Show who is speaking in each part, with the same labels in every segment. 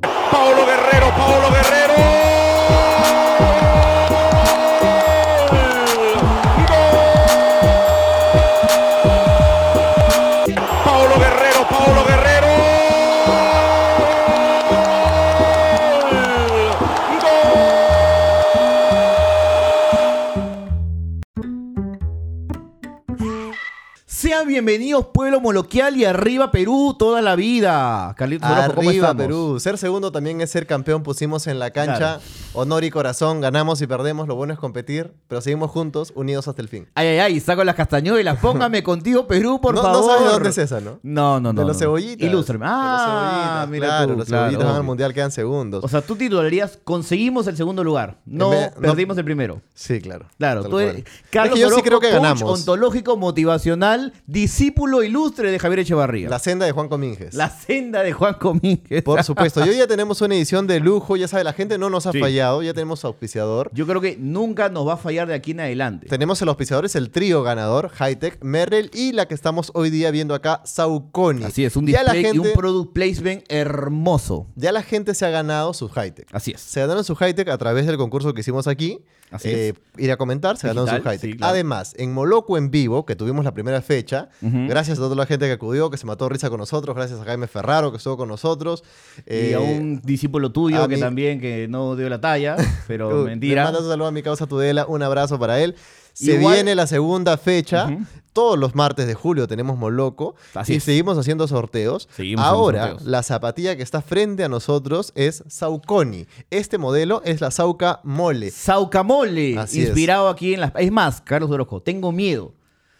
Speaker 1: Paolo Guerrero, Paolo Guerrero. ¡Gol! Paolo Guerrero, Paolo Guerrero.
Speaker 2: Sean bienvenidos, pueblo moloquial y arriba Perú toda la vida. Carlitos Orozco, ¿cómo
Speaker 3: Arriba
Speaker 2: estamos?
Speaker 3: Perú. Ser segundo también es ser campeón. Pusimos en la cancha
Speaker 2: Claro.
Speaker 3: honor y corazón. Ganamos y perdemos. Lo bueno es competir, pero seguimos juntos, unidos hasta el fin.
Speaker 2: Ay, ay, ay, saco las castañuelas. Póngame contigo, Perú, por
Speaker 3: no, no
Speaker 2: favor.
Speaker 3: sabes dónde es esa, ¿no?
Speaker 2: No, no, no.
Speaker 3: de los
Speaker 2: no.
Speaker 3: cebollitas.
Speaker 2: Ilústrame. Ah,
Speaker 3: de los cebollitas,
Speaker 2: mira
Speaker 3: claro,
Speaker 2: tú,
Speaker 3: los
Speaker 2: claro,
Speaker 3: cebollitas van al
Speaker 2: obvio.
Speaker 3: mundial, quedan segundos.
Speaker 2: O sea, tú titularías, conseguimos el segundo lugar. No,
Speaker 3: En vez- no-
Speaker 2: perdimos el primero.
Speaker 3: sí, claro.
Speaker 2: Claro,
Speaker 3: Tal
Speaker 2: tú eres-
Speaker 3: cual.
Speaker 2: Carlos
Speaker 3: Es que yo sí
Speaker 2: Orozco,
Speaker 3: creo que
Speaker 2: coach
Speaker 3: ganamos.
Speaker 2: ontológico, motivacional, discípulo ilustre de Javier Echevarría.
Speaker 3: La
Speaker 2: La,
Speaker 3: senda de Juan Cominges.
Speaker 2: senda de Juan Comínguez.
Speaker 3: Por supuesto. Y hoy ya tenemos una edición de lujo. Ya sabes, la gente no nos ha
Speaker 2: Sí.
Speaker 3: fallado. Ya tenemos auspiciador.
Speaker 2: Yo creo que nunca nos va a fallar de aquí en adelante.
Speaker 3: Tenemos el auspiciador, es el trío ganador, Hightech, Merrell y la que estamos hoy día viendo acá, Saucony.
Speaker 2: Así es, un
Speaker 3: Ya la
Speaker 2: display y un
Speaker 3: gente-
Speaker 2: product placement hermoso.
Speaker 3: Ya la gente se ha ganado su high-tech.
Speaker 2: Así es.
Speaker 3: Se ganaron su high-tech a través del concurso que hicimos aquí. Eh,
Speaker 2: Así
Speaker 3: Ir a comentar, se ganaron su
Speaker 2: Digital,
Speaker 3: high-tech.
Speaker 2: sí, claro.
Speaker 3: Además, en Moloco en vivo, que tuvimos la primera fecha,
Speaker 2: Ujú.
Speaker 3: gracias a toda la gente que acudió, que se mató de risa con nosotros, gracias a Jaime Ferraro que estuvo con nosotros.
Speaker 2: y
Speaker 3: eh,
Speaker 2: a un discípulo
Speaker 3: a
Speaker 2: tuyo que
Speaker 3: mí-
Speaker 2: también que no dio la talla, pero
Speaker 3: uh, Le
Speaker 2: mentira.
Speaker 3: mando un saludo a mi causa Tudela, un abrazo para él. Se
Speaker 2: Igual-
Speaker 3: viene la segunda fecha.
Speaker 2: Ujú.
Speaker 3: Todos los martes de julio tenemos Moloco
Speaker 2: Así
Speaker 3: y
Speaker 2: es.
Speaker 3: seguimos haciendo sorteos.
Speaker 2: Seguimos haciendo
Speaker 3: Ahora,
Speaker 2: sorteos.
Speaker 3: la zapatilla que está frente a nosotros es Sauconi. Este modelo es la Sauca Mole.
Speaker 2: Saucamole,
Speaker 3: Así es.
Speaker 2: inspirado aquí en las... Es más, Carlos Orozco, tengo miedo.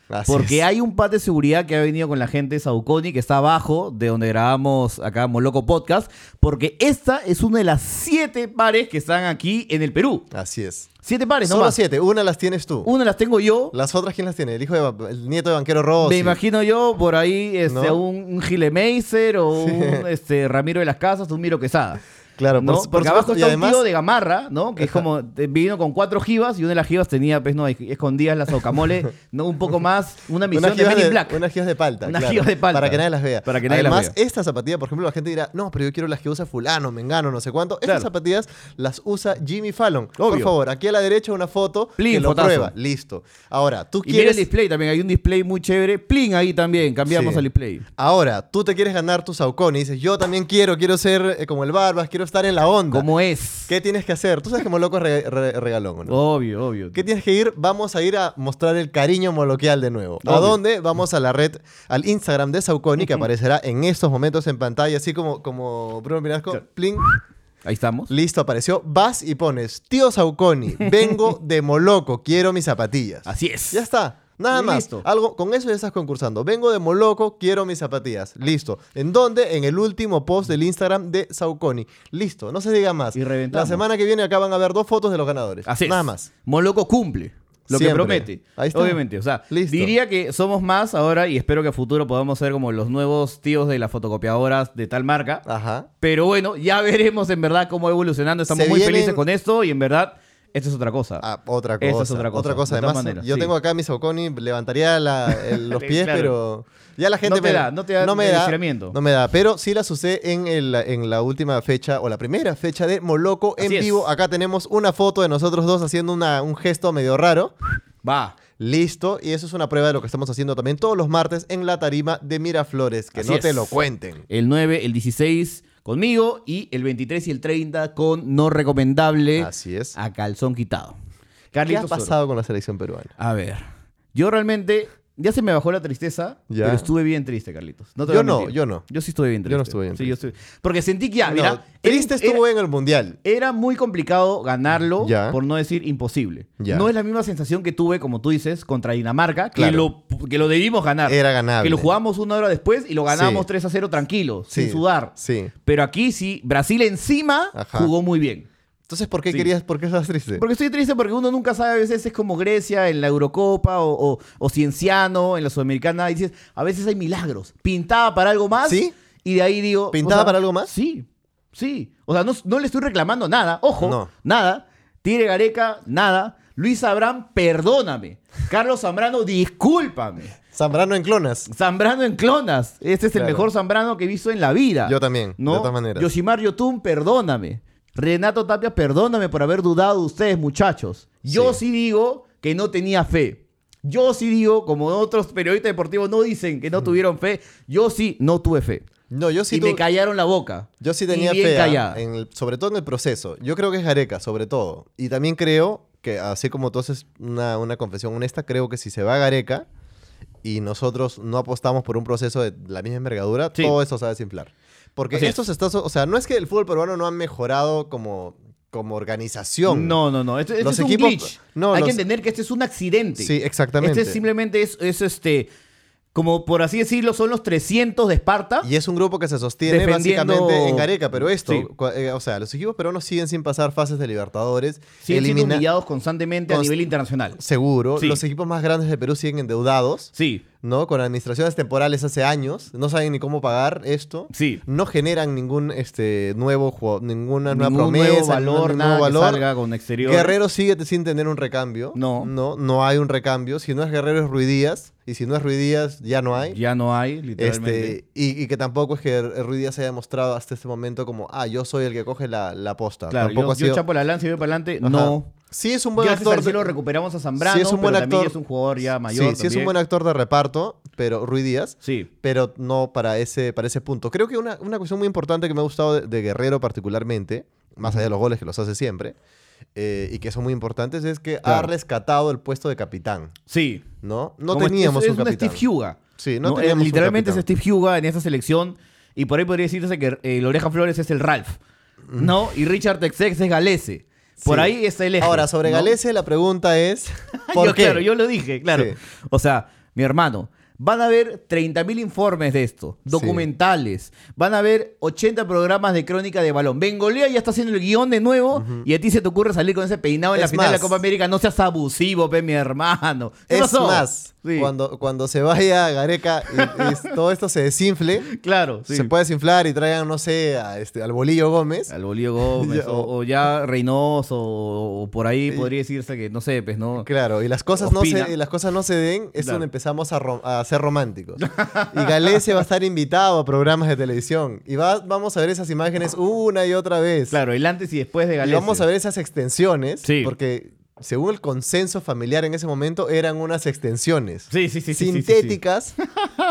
Speaker 3: Así
Speaker 2: Porque
Speaker 3: es.
Speaker 2: hay un pat de seguridad que ha venido con la gente de Sauconi, que está abajo de donde grabamos acá Moloco Podcast, porque esta es una de las siete pares que están aquí en el Perú.
Speaker 3: Así es.
Speaker 2: Siete pares,
Speaker 3: Solo
Speaker 2: nomás.
Speaker 3: siete. Una las tienes tú.
Speaker 2: Una las tengo yo,
Speaker 3: Las otras, ¿quién las tiene? El hijo de ba- el nieto de banquero Rossi.
Speaker 2: me imagino yo por ahí este,
Speaker 3: Oh, ¿No?
Speaker 2: un, un Gilemeiser o
Speaker 3: Sí.
Speaker 2: un este, Ramiro de las Casas, un Miro Quesada.
Speaker 3: Claro, por
Speaker 2: ¿no?
Speaker 3: su- por
Speaker 2: Porque abajo
Speaker 3: supuesto. Y
Speaker 2: está
Speaker 3: además-
Speaker 2: un tío de gamarra, ¿no? Que es
Speaker 3: Ajá.
Speaker 2: como, eh, vino con cuatro jivas y una de las jivas tenía, pues, no, escondidas las socamole, ¿no? Un poco más, una misión
Speaker 3: Unas
Speaker 2: de
Speaker 3: jivas
Speaker 2: Men in
Speaker 3: de-
Speaker 2: Black.
Speaker 3: unas jivas de palta.
Speaker 2: Unas
Speaker 3: claro,
Speaker 2: jivas de palta.
Speaker 3: Para que nadie las vea.
Speaker 2: Para que nadie las
Speaker 3: Además,
Speaker 2: vea.
Speaker 3: esta zapatilla, por ejemplo, la gente dirá, no, pero yo quiero las que usa fulano, mengano, no sé cuánto.
Speaker 2: Claro.
Speaker 3: Estas zapatillas las usa Jimmy Fallon. Por
Speaker 2: Obvio.
Speaker 3: favor, aquí a la derecha una foto
Speaker 2: Plin,
Speaker 3: que lo
Speaker 2: fotazo.
Speaker 3: prueba. Listo. Ahora, tú
Speaker 2: Y mira el
Speaker 3: quieres...
Speaker 2: display también, hay un display muy chévere. Plin ahí también, cambiamos
Speaker 3: Sí.
Speaker 2: al display.
Speaker 3: Ahora, tú te quieres ganar tu saucón y dices, yo también quiero, quiero ser eh, como el Barbas, quiero estar en la onda.
Speaker 2: Como es.
Speaker 3: ¿Qué tienes que hacer? Tú sabes que Moloco es re- re- regalón, ¿o ¿no?
Speaker 2: Obvio, obvio.
Speaker 3: ¿Qué tienes que ir? Vamos a ir a mostrar el cariño moloquial de nuevo. ¿A
Speaker 2: Obvio.
Speaker 3: dónde? Vamos a la red, al Instagram de Sauconi, que aparecerá en estos momentos en pantalla, así como, como Bruno Pinasco.
Speaker 2: Claro.
Speaker 3: Pling,
Speaker 2: Ahí estamos.
Speaker 3: listo, apareció. Vas y pones, tío Sauconi, vengo de Moloco, quiero mis zapatillas.
Speaker 2: Así es.
Speaker 3: Ya está. Nada
Speaker 2: Y
Speaker 3: más.
Speaker 2: listo.
Speaker 3: Algo, con eso ya estás concursando. Vengo de Moloco, quiero mis zapatillas. Listo. ¿En dónde? En el último post del Instagram de Sauconi. Listo. No se diga más.
Speaker 2: Y reventamos.
Speaker 3: La semana que viene acá van a ver dos fotos de los ganadores.
Speaker 2: Así es.
Speaker 3: Nada más.
Speaker 2: Moloco cumple. Lo que
Speaker 3: Siempre.
Speaker 2: promete.
Speaker 3: Ahí está.
Speaker 2: Obviamente. O sea,
Speaker 3: Listo.
Speaker 2: diría que somos más ahora y espero que a futuro podamos ser como los nuevos tíos de las fotocopiadoras de tal marca.
Speaker 3: Ajá.
Speaker 2: Pero bueno, ya veremos en verdad cómo va evolucionando. Estamos
Speaker 3: Se
Speaker 2: muy
Speaker 3: vienen-
Speaker 2: felices con esto y en verdad, esto es otra cosa.
Speaker 3: Ah, otra cosa.
Speaker 2: Esa es otra cosa, de todas
Speaker 3: Además,
Speaker 2: maneras,
Speaker 3: yo
Speaker 2: sí.
Speaker 3: tengo acá mi Saucony, levantaría la- el- los pies,
Speaker 2: Claro.
Speaker 3: pero ya la gente
Speaker 2: No te
Speaker 3: me
Speaker 2: da, no te da
Speaker 3: me
Speaker 2: el
Speaker 3: da,
Speaker 2: estiramiento.
Speaker 3: no me da, pero sí las usé en, el- en la última fecha o la primera fecha de Moloco en
Speaker 2: Así es.
Speaker 3: vivo. Acá tenemos una foto de nosotros dos haciendo una- un gesto medio raro.
Speaker 2: Va.
Speaker 3: Listo, y eso es una prueba de lo que estamos haciendo también todos los martes en la tarima de Miraflores, que
Speaker 2: Así
Speaker 3: no te
Speaker 2: es.
Speaker 3: lo cuenten.
Speaker 2: El 9, el 16 conmigo y el 23 y el 30 con no recomendable
Speaker 3: Así es.
Speaker 2: a calzón quitado.
Speaker 3: ¿Qué
Speaker 2: Ah, Carlitos
Speaker 3: ha
Speaker 2: Oro.
Speaker 3: pasado con la selección peruana?
Speaker 2: A ver, yo realmente ya se me bajó la tristeza,
Speaker 3: Ya.
Speaker 2: pero estuve bien triste, Carlitos. No te
Speaker 3: Yo
Speaker 2: voy a
Speaker 3: no,
Speaker 2: mentir.
Speaker 3: yo no.
Speaker 2: Yo sí estuve bien triste.
Speaker 3: Yo no estuve bien
Speaker 2: Sí, yo estuve- Porque sentí que ya,
Speaker 3: No,
Speaker 2: mira, era-
Speaker 3: triste
Speaker 2: era-
Speaker 3: estuvo en el Mundial.
Speaker 2: Era muy complicado ganarlo,
Speaker 3: Ya.
Speaker 2: por no decir imposible.
Speaker 3: Ya.
Speaker 2: No es la misma sensación que tuve, como tú dices, contra Dinamarca, que,
Speaker 3: Claro.
Speaker 2: lo, que lo debimos ganar.
Speaker 3: Era ganable.
Speaker 2: Que lo jugamos una hora después y lo ganamos
Speaker 3: Sí.
Speaker 2: 3 a 0 tranquilo,
Speaker 3: Sí,
Speaker 2: sin sudar.
Speaker 3: sí.
Speaker 2: Pero aquí sí, Brasil encima
Speaker 3: Ajá.
Speaker 2: jugó muy bien.
Speaker 3: Entonces, ¿por qué
Speaker 2: Sí.
Speaker 3: querías, por qué estás triste?
Speaker 2: Porque estoy triste porque uno nunca sabe, a veces es como Grecia en la Eurocopa o, o, o Cienciano en la Sudamericana. Y dices, a veces hay milagros. Pintaba para algo más.
Speaker 3: ¿Sí?
Speaker 2: Y de ahí digo.
Speaker 3: ¿Pintaba para algo más?
Speaker 2: Sí, sí. O sea, no, no le estoy reclamando nada. Ojo,
Speaker 3: No.
Speaker 2: nada. Tigre Gareca, nada. Luis Abraham, perdóname. Carlos Zambrano, discúlpame.
Speaker 3: Zambrano en clonas.
Speaker 2: Zambrano en clonas. Este es el
Speaker 3: Claro.
Speaker 2: mejor Zambrano que he visto en la vida.
Speaker 3: Yo también,
Speaker 2: ¿No?
Speaker 3: de todas maneras.
Speaker 2: Yoshimar Yotun, perdóname. Renato Tapia, perdóname por haber dudado de ustedes, muchachos. Yo sí,
Speaker 3: Sí.
Speaker 2: digo que no tenía fe. Yo sí digo, como otros periodistas deportivos no dicen que no tuvieron fe, yo sí no tuve fe.
Speaker 3: No, yo sí
Speaker 2: y
Speaker 3: tu-
Speaker 2: me callaron la boca.
Speaker 3: Yo sí
Speaker 2: Y
Speaker 3: tenía
Speaker 2: bien
Speaker 3: fe, ah,
Speaker 2: callada.
Speaker 3: en el- sobre todo en el proceso. Yo creo que es Gareca, sobre todo. Y también creo que, así como tú haces una, una confesión honesta, creo que si se va Gareca y nosotros no apostamos por un proceso de la misma envergadura,
Speaker 2: Sí.
Speaker 3: todo eso se va a desinflar. Porque
Speaker 2: Así
Speaker 3: esto se está... so- O sea, no es que el fútbol peruano no ha mejorado como, como organización.
Speaker 2: No, no, no. Este, este
Speaker 3: Los
Speaker 2: es un
Speaker 3: equipos-
Speaker 2: glitch.
Speaker 3: no,
Speaker 2: Hay
Speaker 3: los-
Speaker 2: que entender que este es un accidente.
Speaker 3: Sí, exactamente.
Speaker 2: Este es simplemente es, es este. Como por así decirlo, son los 300 de Esparta.
Speaker 3: Y es un grupo que se sostiene
Speaker 2: Defendiendo-
Speaker 3: básicamente en Gareca, pero esto,
Speaker 2: Sí.
Speaker 3: cua- eh, o sea, los equipos peruanos siguen sin pasar fases de Libertadores,
Speaker 2: siguen siendo
Speaker 3: elimina-
Speaker 2: humillados constantemente a
Speaker 3: Const-
Speaker 2: nivel internacional.
Speaker 3: seguro,
Speaker 2: Sí.
Speaker 3: los equipos más grandes de Perú siguen endeudados,
Speaker 2: Sí,
Speaker 3: ¿no? Con administraciones temporales hace años, no saben ni cómo pagar esto.
Speaker 2: sí.
Speaker 3: No generan ningún este nuevo juego, ninguna nueva
Speaker 2: Ningún
Speaker 3: promesa,
Speaker 2: nuevo
Speaker 3: ningún
Speaker 2: valor,
Speaker 3: nuevo
Speaker 2: nada
Speaker 3: valor.
Speaker 2: que salga con exterior.
Speaker 3: Guerrero sigue sin tener un recambio.
Speaker 2: No.
Speaker 3: No, no hay un recambio. Si no es Guerrero es Ruidías. Y si no es Ruidías, ya no hay.
Speaker 2: Ya no hay, literalmente.
Speaker 3: ¿eh? Este, y, y que tampoco es que Ruiz Díaz haya demostrado hasta este momento como, ah, yo soy el que coge la, la posta.
Speaker 2: claro,
Speaker 3: tampoco
Speaker 2: yo,
Speaker 3: ha sido-
Speaker 2: yo chapo la lanza y voy para adelante.
Speaker 3: Ajá.
Speaker 2: No.
Speaker 3: Sí es un buen
Speaker 2: Gracias
Speaker 3: actor.
Speaker 2: al cielo
Speaker 3: de-
Speaker 2: recuperamos a Zambrano,
Speaker 3: Sí, es un buen
Speaker 2: pero también
Speaker 3: actor.
Speaker 2: ya es un jugador ya
Speaker 3: sí,
Speaker 2: mayor.
Speaker 3: sí es un
Speaker 2: también.
Speaker 3: buen actor de reparto, pero Ruiz Díaz,
Speaker 2: Sí,
Speaker 3: pero no para ese, para ese punto. Creo que una, una cuestión muy importante que me ha gustado de, de Guerrero particularmente, más allá de los goles que los hace siempre, eh, y que son muy importantes, es que ha
Speaker 2: Claro.
Speaker 3: rescatado el puesto de capitán,
Speaker 2: sí.
Speaker 3: ¿no? No
Speaker 2: Como este,
Speaker 3: teníamos
Speaker 2: es,
Speaker 3: un
Speaker 2: es
Speaker 3: capitán.
Speaker 2: Steve Huga.
Speaker 3: Sí, no
Speaker 2: Eh,
Speaker 3: teníamos un
Speaker 2: Literalmente es
Speaker 3: capitán.
Speaker 2: Steve Huga en esta selección. Y por ahí podría decirse que eh, el Oreja Flores es el Ralph. ¿No? Y Richard Texex es Galese. Por
Speaker 3: Mm. Sí.
Speaker 2: ahí es el eje,
Speaker 3: Ahora, sobre
Speaker 2: ¿no?
Speaker 3: Galese la pregunta es,
Speaker 2: yo,
Speaker 3: ¿por qué?
Speaker 2: Claro, yo lo dije, claro.
Speaker 3: Sí.
Speaker 2: O sea, mi hermano, van a haber 30.000 informes de esto, documentales, van a haber 80 programas de crónica de balón. Bengolea ya está haciendo el guión de nuevo y a ti se te ocurre salir con ese peinado en la
Speaker 3: Es
Speaker 2: final de la
Speaker 3: más.
Speaker 2: Copa América. No seas abusivo, pe, mi hermano. ¿Qué
Speaker 3: Es
Speaker 2: pasó?
Speaker 3: más,
Speaker 2: Sí,
Speaker 3: cuando, cuando se vaya Gareca y, y todo esto se desinfle,
Speaker 2: Claro, sí.
Speaker 3: se puede desinflar y traigan, no sé, a este, al Bolillo Gómez.
Speaker 2: Al Bolívar Gómez,
Speaker 3: Ya, Eh,
Speaker 2: o, o ya Reynoso, o, o por ahí
Speaker 3: Sí.
Speaker 2: podría decirse que, no sé, pues no.
Speaker 3: Claro, y las cosas, no
Speaker 2: Ospina.
Speaker 3: se, y las cosas no se den, es
Speaker 2: Claro.
Speaker 3: donde empezamos a, rom- a ser románticos. Y Galese va a estar invitado a programas de televisión. Y va, vamos a ver esas imágenes una y otra vez.
Speaker 2: Claro, el antes y después de
Speaker 3: y
Speaker 2: Galés.
Speaker 3: vamos a ver esas extensiones,
Speaker 2: Sí.
Speaker 3: porque según el consenso familiar en ese momento, eran unas extensiones.
Speaker 2: Sí, sí, sí. sí, sí, sí, sí.
Speaker 3: sintéticas,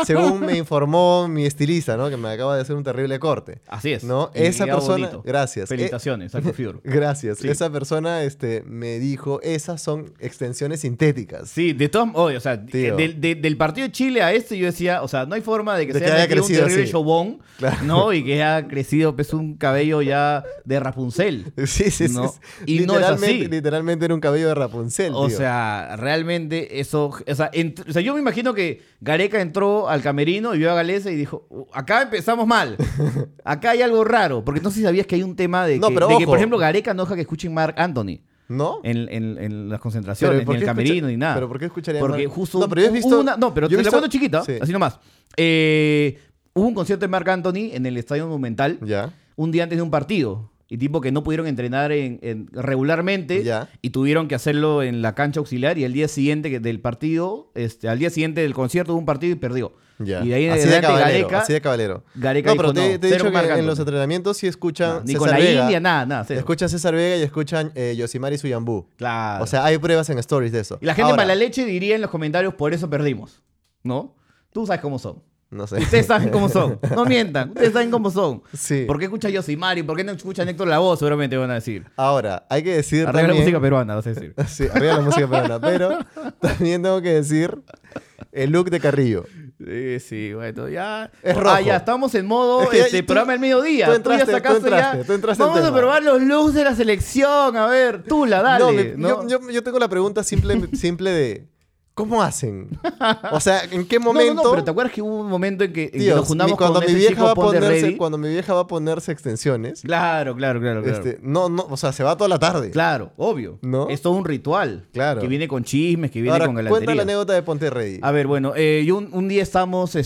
Speaker 3: según me informó mi estilista, ¿no? Que me acaba de hacer un terrible corte.
Speaker 2: Así es.
Speaker 3: ¿No?
Speaker 2: Y
Speaker 3: Esa
Speaker 2: queda
Speaker 3: persona.
Speaker 2: bonito.
Speaker 3: Gracias. Eh,
Speaker 2: Felicitaciones, Alco Fior.
Speaker 3: gracias.
Speaker 2: Sí.
Speaker 3: Esa persona este, me dijo: esas son extensiones sintéticas.
Speaker 2: Sí, de todas oye, o sea,
Speaker 3: Tío.
Speaker 2: de- de- del partido de Chile a este yo decía, o sea, no hay forma de que
Speaker 3: De
Speaker 2: se
Speaker 3: que
Speaker 2: haya
Speaker 3: haya
Speaker 2: metido
Speaker 3: crecido
Speaker 2: un terrible
Speaker 3: así.
Speaker 2: showbón,
Speaker 3: Claro.
Speaker 2: ¿no? Y que ha crecido pues un cabello ya de Rapunzel.
Speaker 3: Sí, sí, sí.
Speaker 2: No.
Speaker 3: sí.
Speaker 2: Y no es
Speaker 3: literalmente,
Speaker 2: así.
Speaker 3: literalmente era un cabello de Rapunzel.
Speaker 2: O
Speaker 3: tío.
Speaker 2: sea, realmente eso, o sea, ent- o sea, yo me imagino que Gareca entró al camerino y vio a Galese y dijo, "Uh, acá empezamos mal, acá hay algo raro, porque no sé si sabías que hay un tema de,
Speaker 3: No,
Speaker 2: que,
Speaker 3: pero
Speaker 2: de que, por
Speaker 3: ojo.
Speaker 2: ejemplo, Gareca no deja que escuchen Mark Anthony
Speaker 3: ¿No?
Speaker 2: en, en- en las
Speaker 3: Pero
Speaker 2: concentraciones,
Speaker 3: ¿por
Speaker 2: ni en
Speaker 3: qué
Speaker 2: el
Speaker 3: escucha-
Speaker 2: camerino, ni nada.
Speaker 3: ¿Pero por qué escucharía
Speaker 2: Porque
Speaker 3: mal?
Speaker 2: justo.
Speaker 3: No, pero yo he
Speaker 2: hubo
Speaker 3: visto.
Speaker 2: una- no, pero
Speaker 3: yo he
Speaker 2: te la
Speaker 3: visto-
Speaker 2: cuento chiquita,
Speaker 3: Sí.
Speaker 2: así nomás. Eh, hubo un concierto de Marc Anthony en el Estadio Monumental
Speaker 3: Ya.
Speaker 2: un día antes de un partido. Y tipo que no pudieron entrenar en- en- regularmente
Speaker 3: Ya.
Speaker 2: y tuvieron que hacerlo en la cancha auxiliar y el día siguiente que- del partido, este, al día siguiente del concierto hubo un partido y perdió.
Speaker 3: Ya.
Speaker 2: Y de ahí en
Speaker 3: así
Speaker 2: adelante
Speaker 3: de caballero,
Speaker 2: Gareca,
Speaker 3: así de caballero.
Speaker 2: Gareca
Speaker 3: no, pero
Speaker 2: dijo,
Speaker 3: te,
Speaker 2: no,
Speaker 3: te he
Speaker 2: cero
Speaker 3: dicho
Speaker 2: Marc
Speaker 3: que en
Speaker 2: Anthony.
Speaker 3: los entrenamientos sí escuchan
Speaker 2: no, ni
Speaker 3: César
Speaker 2: con la
Speaker 3: Vega.
Speaker 2: India, nada, nada. cero.
Speaker 3: Escuchan César Vega y escuchan eh, Yosimar y Suyambú.
Speaker 2: Claro.
Speaker 3: O sea, hay pruebas en stories de eso.
Speaker 2: y la gente
Speaker 3: Ahora,
Speaker 2: mala leche diría en los comentarios, por eso perdimos. ¿No? Tú sabes cómo son.
Speaker 3: No sé.
Speaker 2: Y Ustedes saben cómo son. No mientan. Ustedes saben cómo son.
Speaker 3: Sí.
Speaker 2: ¿Por qué escucha Yosimari? ¿Por qué no escucha Héctor La Voz? Seguramente van a decir.
Speaker 3: Ahora, hay que decir
Speaker 2: Arregla la
Speaker 3: también-
Speaker 2: música peruana, vas a decir.
Speaker 3: Sí, arriba la música peruana. Pero también tengo que decir el look de Carrillo.
Speaker 2: Sí, sí, bueno, ya.
Speaker 3: Es rojo.
Speaker 2: Ah, ya estamos en modo
Speaker 3: Es que ya-
Speaker 2: este,
Speaker 3: tú-
Speaker 2: programa del mediodía.
Speaker 3: tú
Speaker 2: Tú,
Speaker 3: entraste,
Speaker 2: ya
Speaker 3: tú
Speaker 2: sacaste
Speaker 3: entraste,
Speaker 2: ya.
Speaker 3: tú entraste al
Speaker 2: Vamos a
Speaker 3: tema.
Speaker 2: probar los looks de la selección. A ver, tú la dale.
Speaker 3: No, me-
Speaker 2: ¿no?
Speaker 3: Yo, yo- yo tengo la pregunta simple, simple de... ¿Cómo hacen? O sea, ¿en qué
Speaker 2: No, no,
Speaker 3: momento...
Speaker 2: no, pero te acuerdas que hubo un momento en que, en que
Speaker 3: Dios,
Speaker 2: nos juntamos
Speaker 3: mi- cuando,
Speaker 2: con
Speaker 3: mi
Speaker 2: este
Speaker 3: vieja
Speaker 2: chico
Speaker 3: va a
Speaker 2: Pon de
Speaker 3: ponerse,
Speaker 2: Ready?
Speaker 3: cuando mi vieja va a ponerse extensiones,
Speaker 2: Claro, claro, claro, claro.
Speaker 3: este, no, no, o sea, se va toda la tarde.
Speaker 2: Claro, obvio.
Speaker 3: ¿No?
Speaker 2: Es todo un ritual.
Speaker 3: Claro.
Speaker 2: Que viene con chismes, que viene
Speaker 3: Ahora,
Speaker 2: con
Speaker 3: cuenta la
Speaker 2: galantería.
Speaker 3: anécdota de Ponte Ready.
Speaker 2: A ver, bueno, eh, yo un, un día estamos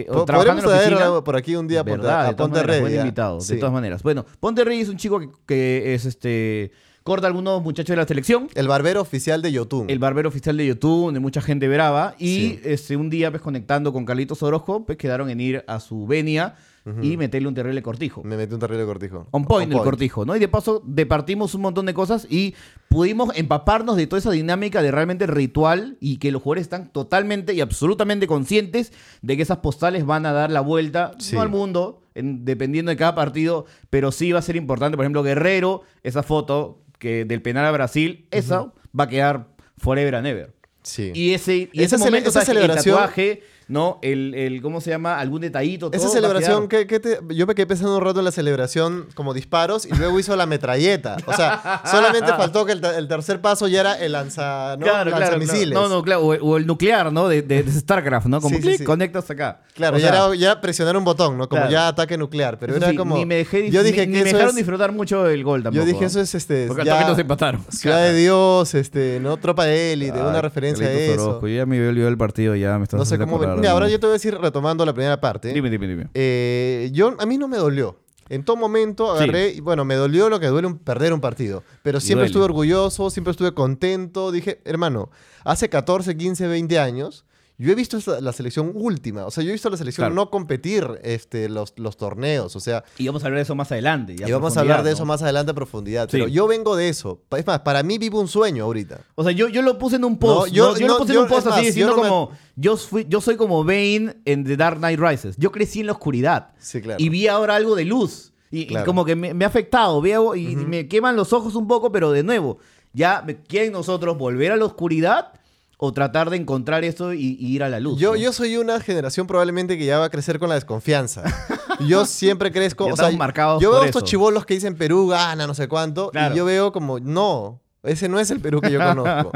Speaker 2: este,
Speaker 3: Po-
Speaker 2: trabajando en
Speaker 3: Podremos
Speaker 2: la
Speaker 3: traer
Speaker 2: oficina.
Speaker 3: a- por aquí un día a Ponte,
Speaker 2: Verdad,
Speaker 3: a
Speaker 2: de todas
Speaker 3: Ponte
Speaker 2: maneras,
Speaker 3: Ready.
Speaker 2: buen
Speaker 3: ah,
Speaker 2: invitado,
Speaker 3: sí.
Speaker 2: de todas maneras. Bueno, Ponte Rey es un chico que, que es este corta a algunos muchachos de la selección.
Speaker 3: El barbero oficial de Yotun.
Speaker 2: El barbero oficial de YouTube, donde mucha gente brava. Y
Speaker 3: Mm. Sí.
Speaker 2: este, un día, pues conectando con Carlitos Orozco, pues quedaron en ir a su venia y meterle un terrible cortijo.
Speaker 3: Me metí un terrible cortijo.
Speaker 2: On point el cortijo, ¿no? Y de paso, departimos un montón de cosas y pudimos empaparnos de toda esa dinámica de realmente ritual y que los jugadores están totalmente y absolutamente conscientes de que esas postales van a dar la vuelta,
Speaker 3: Sí.
Speaker 2: no al mundo, en- dependiendo de cada partido, pero sí va a ser importante. Por ejemplo, Guerrero, esa foto que del penal a Brasil, esa va a quedar forever and ever.
Speaker 3: Sí.
Speaker 2: Y ese, y ese
Speaker 3: Esa cele-
Speaker 2: momento,
Speaker 3: esa
Speaker 2: ¿sabes? El
Speaker 3: celebración-
Speaker 2: tatuaje, ¿no? El, el- ¿cómo se llama? Algún detallito.
Speaker 3: Esa
Speaker 2: todo va a
Speaker 3: celebración,
Speaker 2: quedar.
Speaker 3: que, que te- yo me quedé pensando un rato en la celebración como disparos y luego hizo la metralleta. O sea, solamente faltó que el, ta- el tercer paso ya era el lanza, ¿no?
Speaker 2: Claro, claro,
Speaker 3: lanzamisiles.
Speaker 2: claro. No, no, claro. O, o el nuclear, ¿no? De, de- de StarCraft, ¿no? Como
Speaker 3: Sí, sí,
Speaker 2: clic,
Speaker 3: sí.
Speaker 2: conectas acá.
Speaker 3: Claro,
Speaker 2: O
Speaker 3: ya,
Speaker 2: sea,
Speaker 3: era, ya presionar un botón, ¿no? Como
Speaker 2: Claro.
Speaker 3: ya ataque nuclear. Pero
Speaker 2: eso
Speaker 3: era
Speaker 2: sí,
Speaker 3: como.
Speaker 2: Ni me, dejé, dif-
Speaker 3: yo dije
Speaker 2: ni-
Speaker 3: que
Speaker 2: ni me
Speaker 3: eso
Speaker 2: dejaron
Speaker 3: es-
Speaker 2: disfrutar mucho el gol tampoco.
Speaker 3: Yo dije,
Speaker 2: ¿ah?
Speaker 3: eso es este.
Speaker 2: Porque al
Speaker 3: ya-
Speaker 2: toque nos empataron.
Speaker 3: Ciudad de Dios, este, ¿no? Tropa de élite,
Speaker 2: Ay,
Speaker 3: una referencia a
Speaker 2: Carlitos
Speaker 3: eso.
Speaker 2: Orozco, Yo ya me había olvidado el partido, ya me estás
Speaker 3: No sé
Speaker 2: haciendo
Speaker 3: cómo. ven-
Speaker 2: acordar,
Speaker 3: Mira,
Speaker 2: ¿no?
Speaker 3: ahora yo te voy a decir, retomando la primera parte.
Speaker 2: Dime, dime, dime.
Speaker 3: Eh, yo, a mí no me dolió. En todo momento agarré, y bueno, me dolió lo que duele un- perder un partido, pero siempre
Speaker 2: Duele.
Speaker 3: estuve orgulloso, siempre estuve contento, dije, hermano, hace 14, 15, 20 años, yo he visto esta- la selección última, o sea, yo he visto la selección
Speaker 2: Claro.
Speaker 3: no competir este, los, los torneos, o sea,
Speaker 2: Y vamos a hablar de eso más adelante. ya
Speaker 3: y vamos a
Speaker 2: profundidad,
Speaker 3: hablar de
Speaker 2: ¿no?
Speaker 3: eso más adelante a profundidad,
Speaker 2: Sí.
Speaker 3: pero yo vengo de eso, Pa- es más, para mí vivo un sueño ahorita.
Speaker 2: O sea, yo, yo lo puse en un
Speaker 3: No,
Speaker 2: post.
Speaker 3: yo-
Speaker 2: yo, yo
Speaker 3: no,
Speaker 2: lo puse
Speaker 3: yo-
Speaker 2: en un post
Speaker 3: es
Speaker 2: así
Speaker 3: más,
Speaker 2: diciendo
Speaker 3: yo no me-
Speaker 2: como. Yo, fui, yo soy como Bane en The Dark Knight Rises. Yo crecí en la oscuridad.
Speaker 3: Sí, claro.
Speaker 2: Y vi ahora algo de luz. Y, y
Speaker 3: Claro.
Speaker 2: como que me, me ha afectado. Veo y me queman los ojos un poco, pero de nuevo, ya me- quieren nosotros volver a la oscuridad o tratar de encontrar eso y, y ir a la luz.
Speaker 3: Yo,
Speaker 2: ¿no?
Speaker 3: yo soy una generación probablemente que ya va a crecer con la desconfianza. Yo siempre crezco.
Speaker 2: Ya
Speaker 3: o sea,
Speaker 2: estamos marcados
Speaker 3: yo veo
Speaker 2: por
Speaker 3: estos
Speaker 2: eso.
Speaker 3: chibolos que dicen Perú gana, no sé cuánto.
Speaker 2: Claro.
Speaker 3: Y yo veo como, no, ese no es el Perú que yo conozco.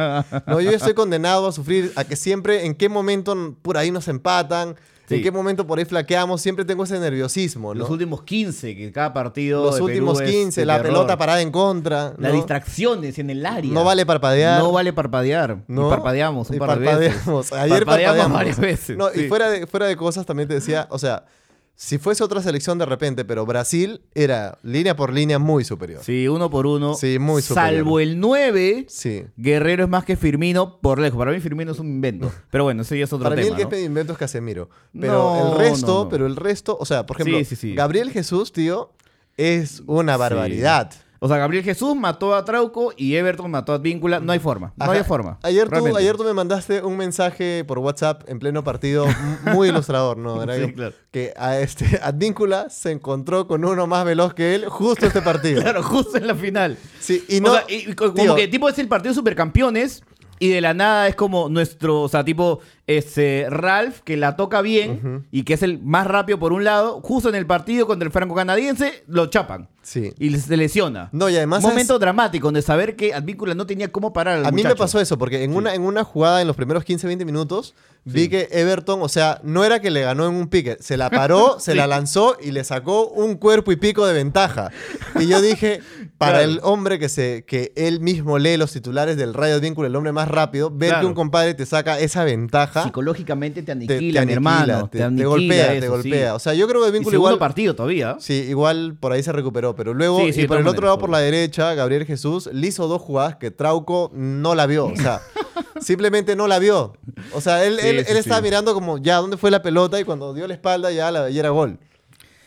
Speaker 3: No, yo estoy condenado a sufrir, a que siempre, en qué momento n- por ahí nos empatan, en
Speaker 2: Sí.
Speaker 3: qué momento por ahí flaqueamos, siempre tengo ese nerviosismo, ¿no?
Speaker 2: Los últimos 15, que cada partido.
Speaker 3: Los
Speaker 2: de Perú
Speaker 3: últimos
Speaker 2: es
Speaker 3: 15,
Speaker 2: de
Speaker 3: la
Speaker 2: terror.
Speaker 3: pelota parada en contra.
Speaker 2: Las
Speaker 3: ¿no?
Speaker 2: distracciones en el área.
Speaker 3: No vale parpadear.
Speaker 2: No vale parpadear.
Speaker 3: ¿no?
Speaker 2: Y parpadeamos un
Speaker 3: Y
Speaker 2: par de veces.
Speaker 3: parpadeamos. Ayer parpadeamos,
Speaker 2: Parpadeamos varias veces,
Speaker 3: No, y
Speaker 2: sí.
Speaker 3: fuera de, fuera de cosas también te decía, o sea, si fuese otra selección de repente, pero Brasil era línea por línea muy superior. Sí.
Speaker 2: Sí, uno por uno.
Speaker 3: Sí, muy superior.
Speaker 2: Salvo el 9, Guerrero es más que Firmino por lejos. Para mí Firmino es un invento. Pero bueno, ese ya es otro
Speaker 3: Para
Speaker 2: tema.
Speaker 3: mí el
Speaker 2: ¿no?
Speaker 3: que me invento es Casemiro. Pero
Speaker 2: No,
Speaker 3: el resto,
Speaker 2: no, no.
Speaker 3: pero el resto, o sea, por ejemplo,
Speaker 2: Sí, sí, sí.
Speaker 3: Gabriel Jesús, tío, es una barbaridad.
Speaker 2: O sea, Gabriel Jesús mató a Trauco y Everton mató a Víncula. No hay forma. No
Speaker 3: Ajá.
Speaker 2: hay forma.
Speaker 3: Ayer tú,
Speaker 2: Realmente.
Speaker 3: ayer tú me mandaste un mensaje por WhatsApp en pleno partido m- muy ilustrador, ¿no? Era
Speaker 2: Sí,
Speaker 3: que-
Speaker 2: claro.
Speaker 3: Que a este Advíncula se encontró con uno más veloz que él justo este partido.
Speaker 2: Claro, justo en la final.
Speaker 3: Sí, y
Speaker 2: O
Speaker 3: no.
Speaker 2: sea, y- y co- como
Speaker 3: tío,
Speaker 2: que tipo es el partido de supercampeones y de la nada es como nuestro, o sea, tipo ese Ralph que la toca bien y que es el más rápido por un lado, justo en el partido contra el franco canadiense, lo chapan.
Speaker 3: Sí.
Speaker 2: Y se lesiona.
Speaker 3: No, y además
Speaker 2: Un momento
Speaker 3: es-
Speaker 2: dramático de saber que Advíncula no tenía cómo parar al
Speaker 3: A mí me
Speaker 2: muchacho.
Speaker 3: pasó eso, porque en, una, en una jugada en los primeros 15, 20 minutos, vi que Everton, o sea, no era que le ganó en un pique, se la paró, se la lanzó y le sacó un cuerpo y pico de ventaja. Y yo dije, para
Speaker 2: Claro.
Speaker 3: el hombre que, se, que él mismo lee los titulares del Rayo Advíncula, el hombre más rápido, ver que
Speaker 2: Claro.
Speaker 3: un compadre te saca esa ventaja, te-
Speaker 2: Psicológicamente te
Speaker 3: te,
Speaker 2: aniquila, mi
Speaker 3: aniquila,
Speaker 2: hermano.
Speaker 3: te,
Speaker 2: Te,
Speaker 3: te
Speaker 2: aniquila
Speaker 3: golpea, te
Speaker 2: eso,
Speaker 3: golpea.
Speaker 2: sí.
Speaker 3: O sea, yo creo que
Speaker 2: Y
Speaker 3: Advíncula
Speaker 2: segundo
Speaker 3: igual...
Speaker 2: partido todavía.
Speaker 3: Sí, igual por ahí se recuperó, pero luego,
Speaker 2: Sí, sí,
Speaker 3: y
Speaker 2: de
Speaker 3: por
Speaker 2: todas
Speaker 3: el otro
Speaker 2: maneras,
Speaker 3: lado, por
Speaker 2: obvio.
Speaker 3: la derecha, Gabriel Jesús le hizo dos jugadas que Trauco no la vio, o sea, simplemente no la vio. O sea, él,
Speaker 2: Sí,
Speaker 3: él,
Speaker 2: sí,
Speaker 3: él estaba
Speaker 2: sí.
Speaker 3: mirando como, ya, ¿dónde fue la pelota? Y cuando dio la espalda, ya, la, ya era gol.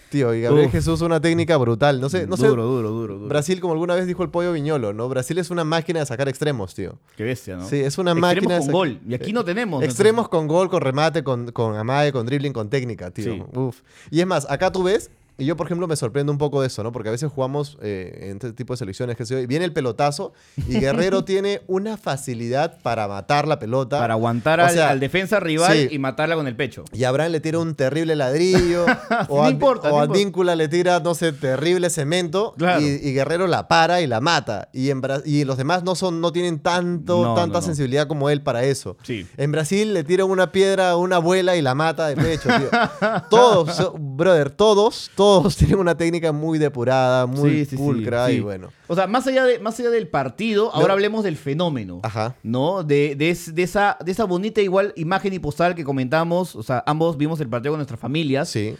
Speaker 3: Tío, y Gabriel
Speaker 2: Uf.
Speaker 3: Jesús una técnica brutal, no sé, no sé.
Speaker 2: duro, duro, duro, duro.
Speaker 3: Brasil, como alguna vez dijo el pollo Viñolo, ¿no? Brasil es una máquina de sacar extremos, tío.
Speaker 2: Qué bestia, ¿no?
Speaker 3: Sí, es una
Speaker 2: Extremos
Speaker 3: máquina Eh, de
Speaker 2: con
Speaker 3: sac-
Speaker 2: gol. Y aquí no tenemos.
Speaker 3: Extremos con gol, con remate, con, con amague, con dribbling, con técnica, tío.
Speaker 2: Sí.
Speaker 3: Uf. Y es más, acá tú ves, y yo por ejemplo me sorprendo un poco de eso, ¿no? Porque a veces jugamos eh, en este tipo de selecciones, que se viene el pelotazo y Guerrero tiene una facilidad para matar la pelota.
Speaker 2: Para aguantar
Speaker 3: O
Speaker 2: al,
Speaker 3: sea,
Speaker 2: al defensa rival
Speaker 3: sí.
Speaker 2: y matarla con el pecho.
Speaker 3: Y Abraham le tira un terrible ladrillo. o
Speaker 2: No
Speaker 3: a,
Speaker 2: importa,
Speaker 3: o
Speaker 2: no importa.
Speaker 3: a Advíncula le tira, no sé, terrible cemento.
Speaker 2: Claro.
Speaker 3: Y, y Guerrero la para y la mata. Y, en Bra- y los demás no, son, no tienen tanto,
Speaker 2: No, no,
Speaker 3: tanta
Speaker 2: no.
Speaker 3: sensibilidad como él para eso.
Speaker 2: Sí.
Speaker 3: En Brasil le tiran una piedra a una abuela y la mata de pecho, tío. todos, so- brother, todos, todos tienen una técnica muy depurada, muy
Speaker 2: Sí, sí, sí,
Speaker 3: pulcra y
Speaker 2: sí.
Speaker 3: bueno.
Speaker 2: O sea, más allá, de, más allá del partido, ahora hablemos del fenómeno.
Speaker 3: Ajá.
Speaker 2: ¿No? De, de, es- de esa, de esa bonita igual imagen y postal que comentamos. O sea, ambos vimos el partido con nuestras familias.
Speaker 3: Sí.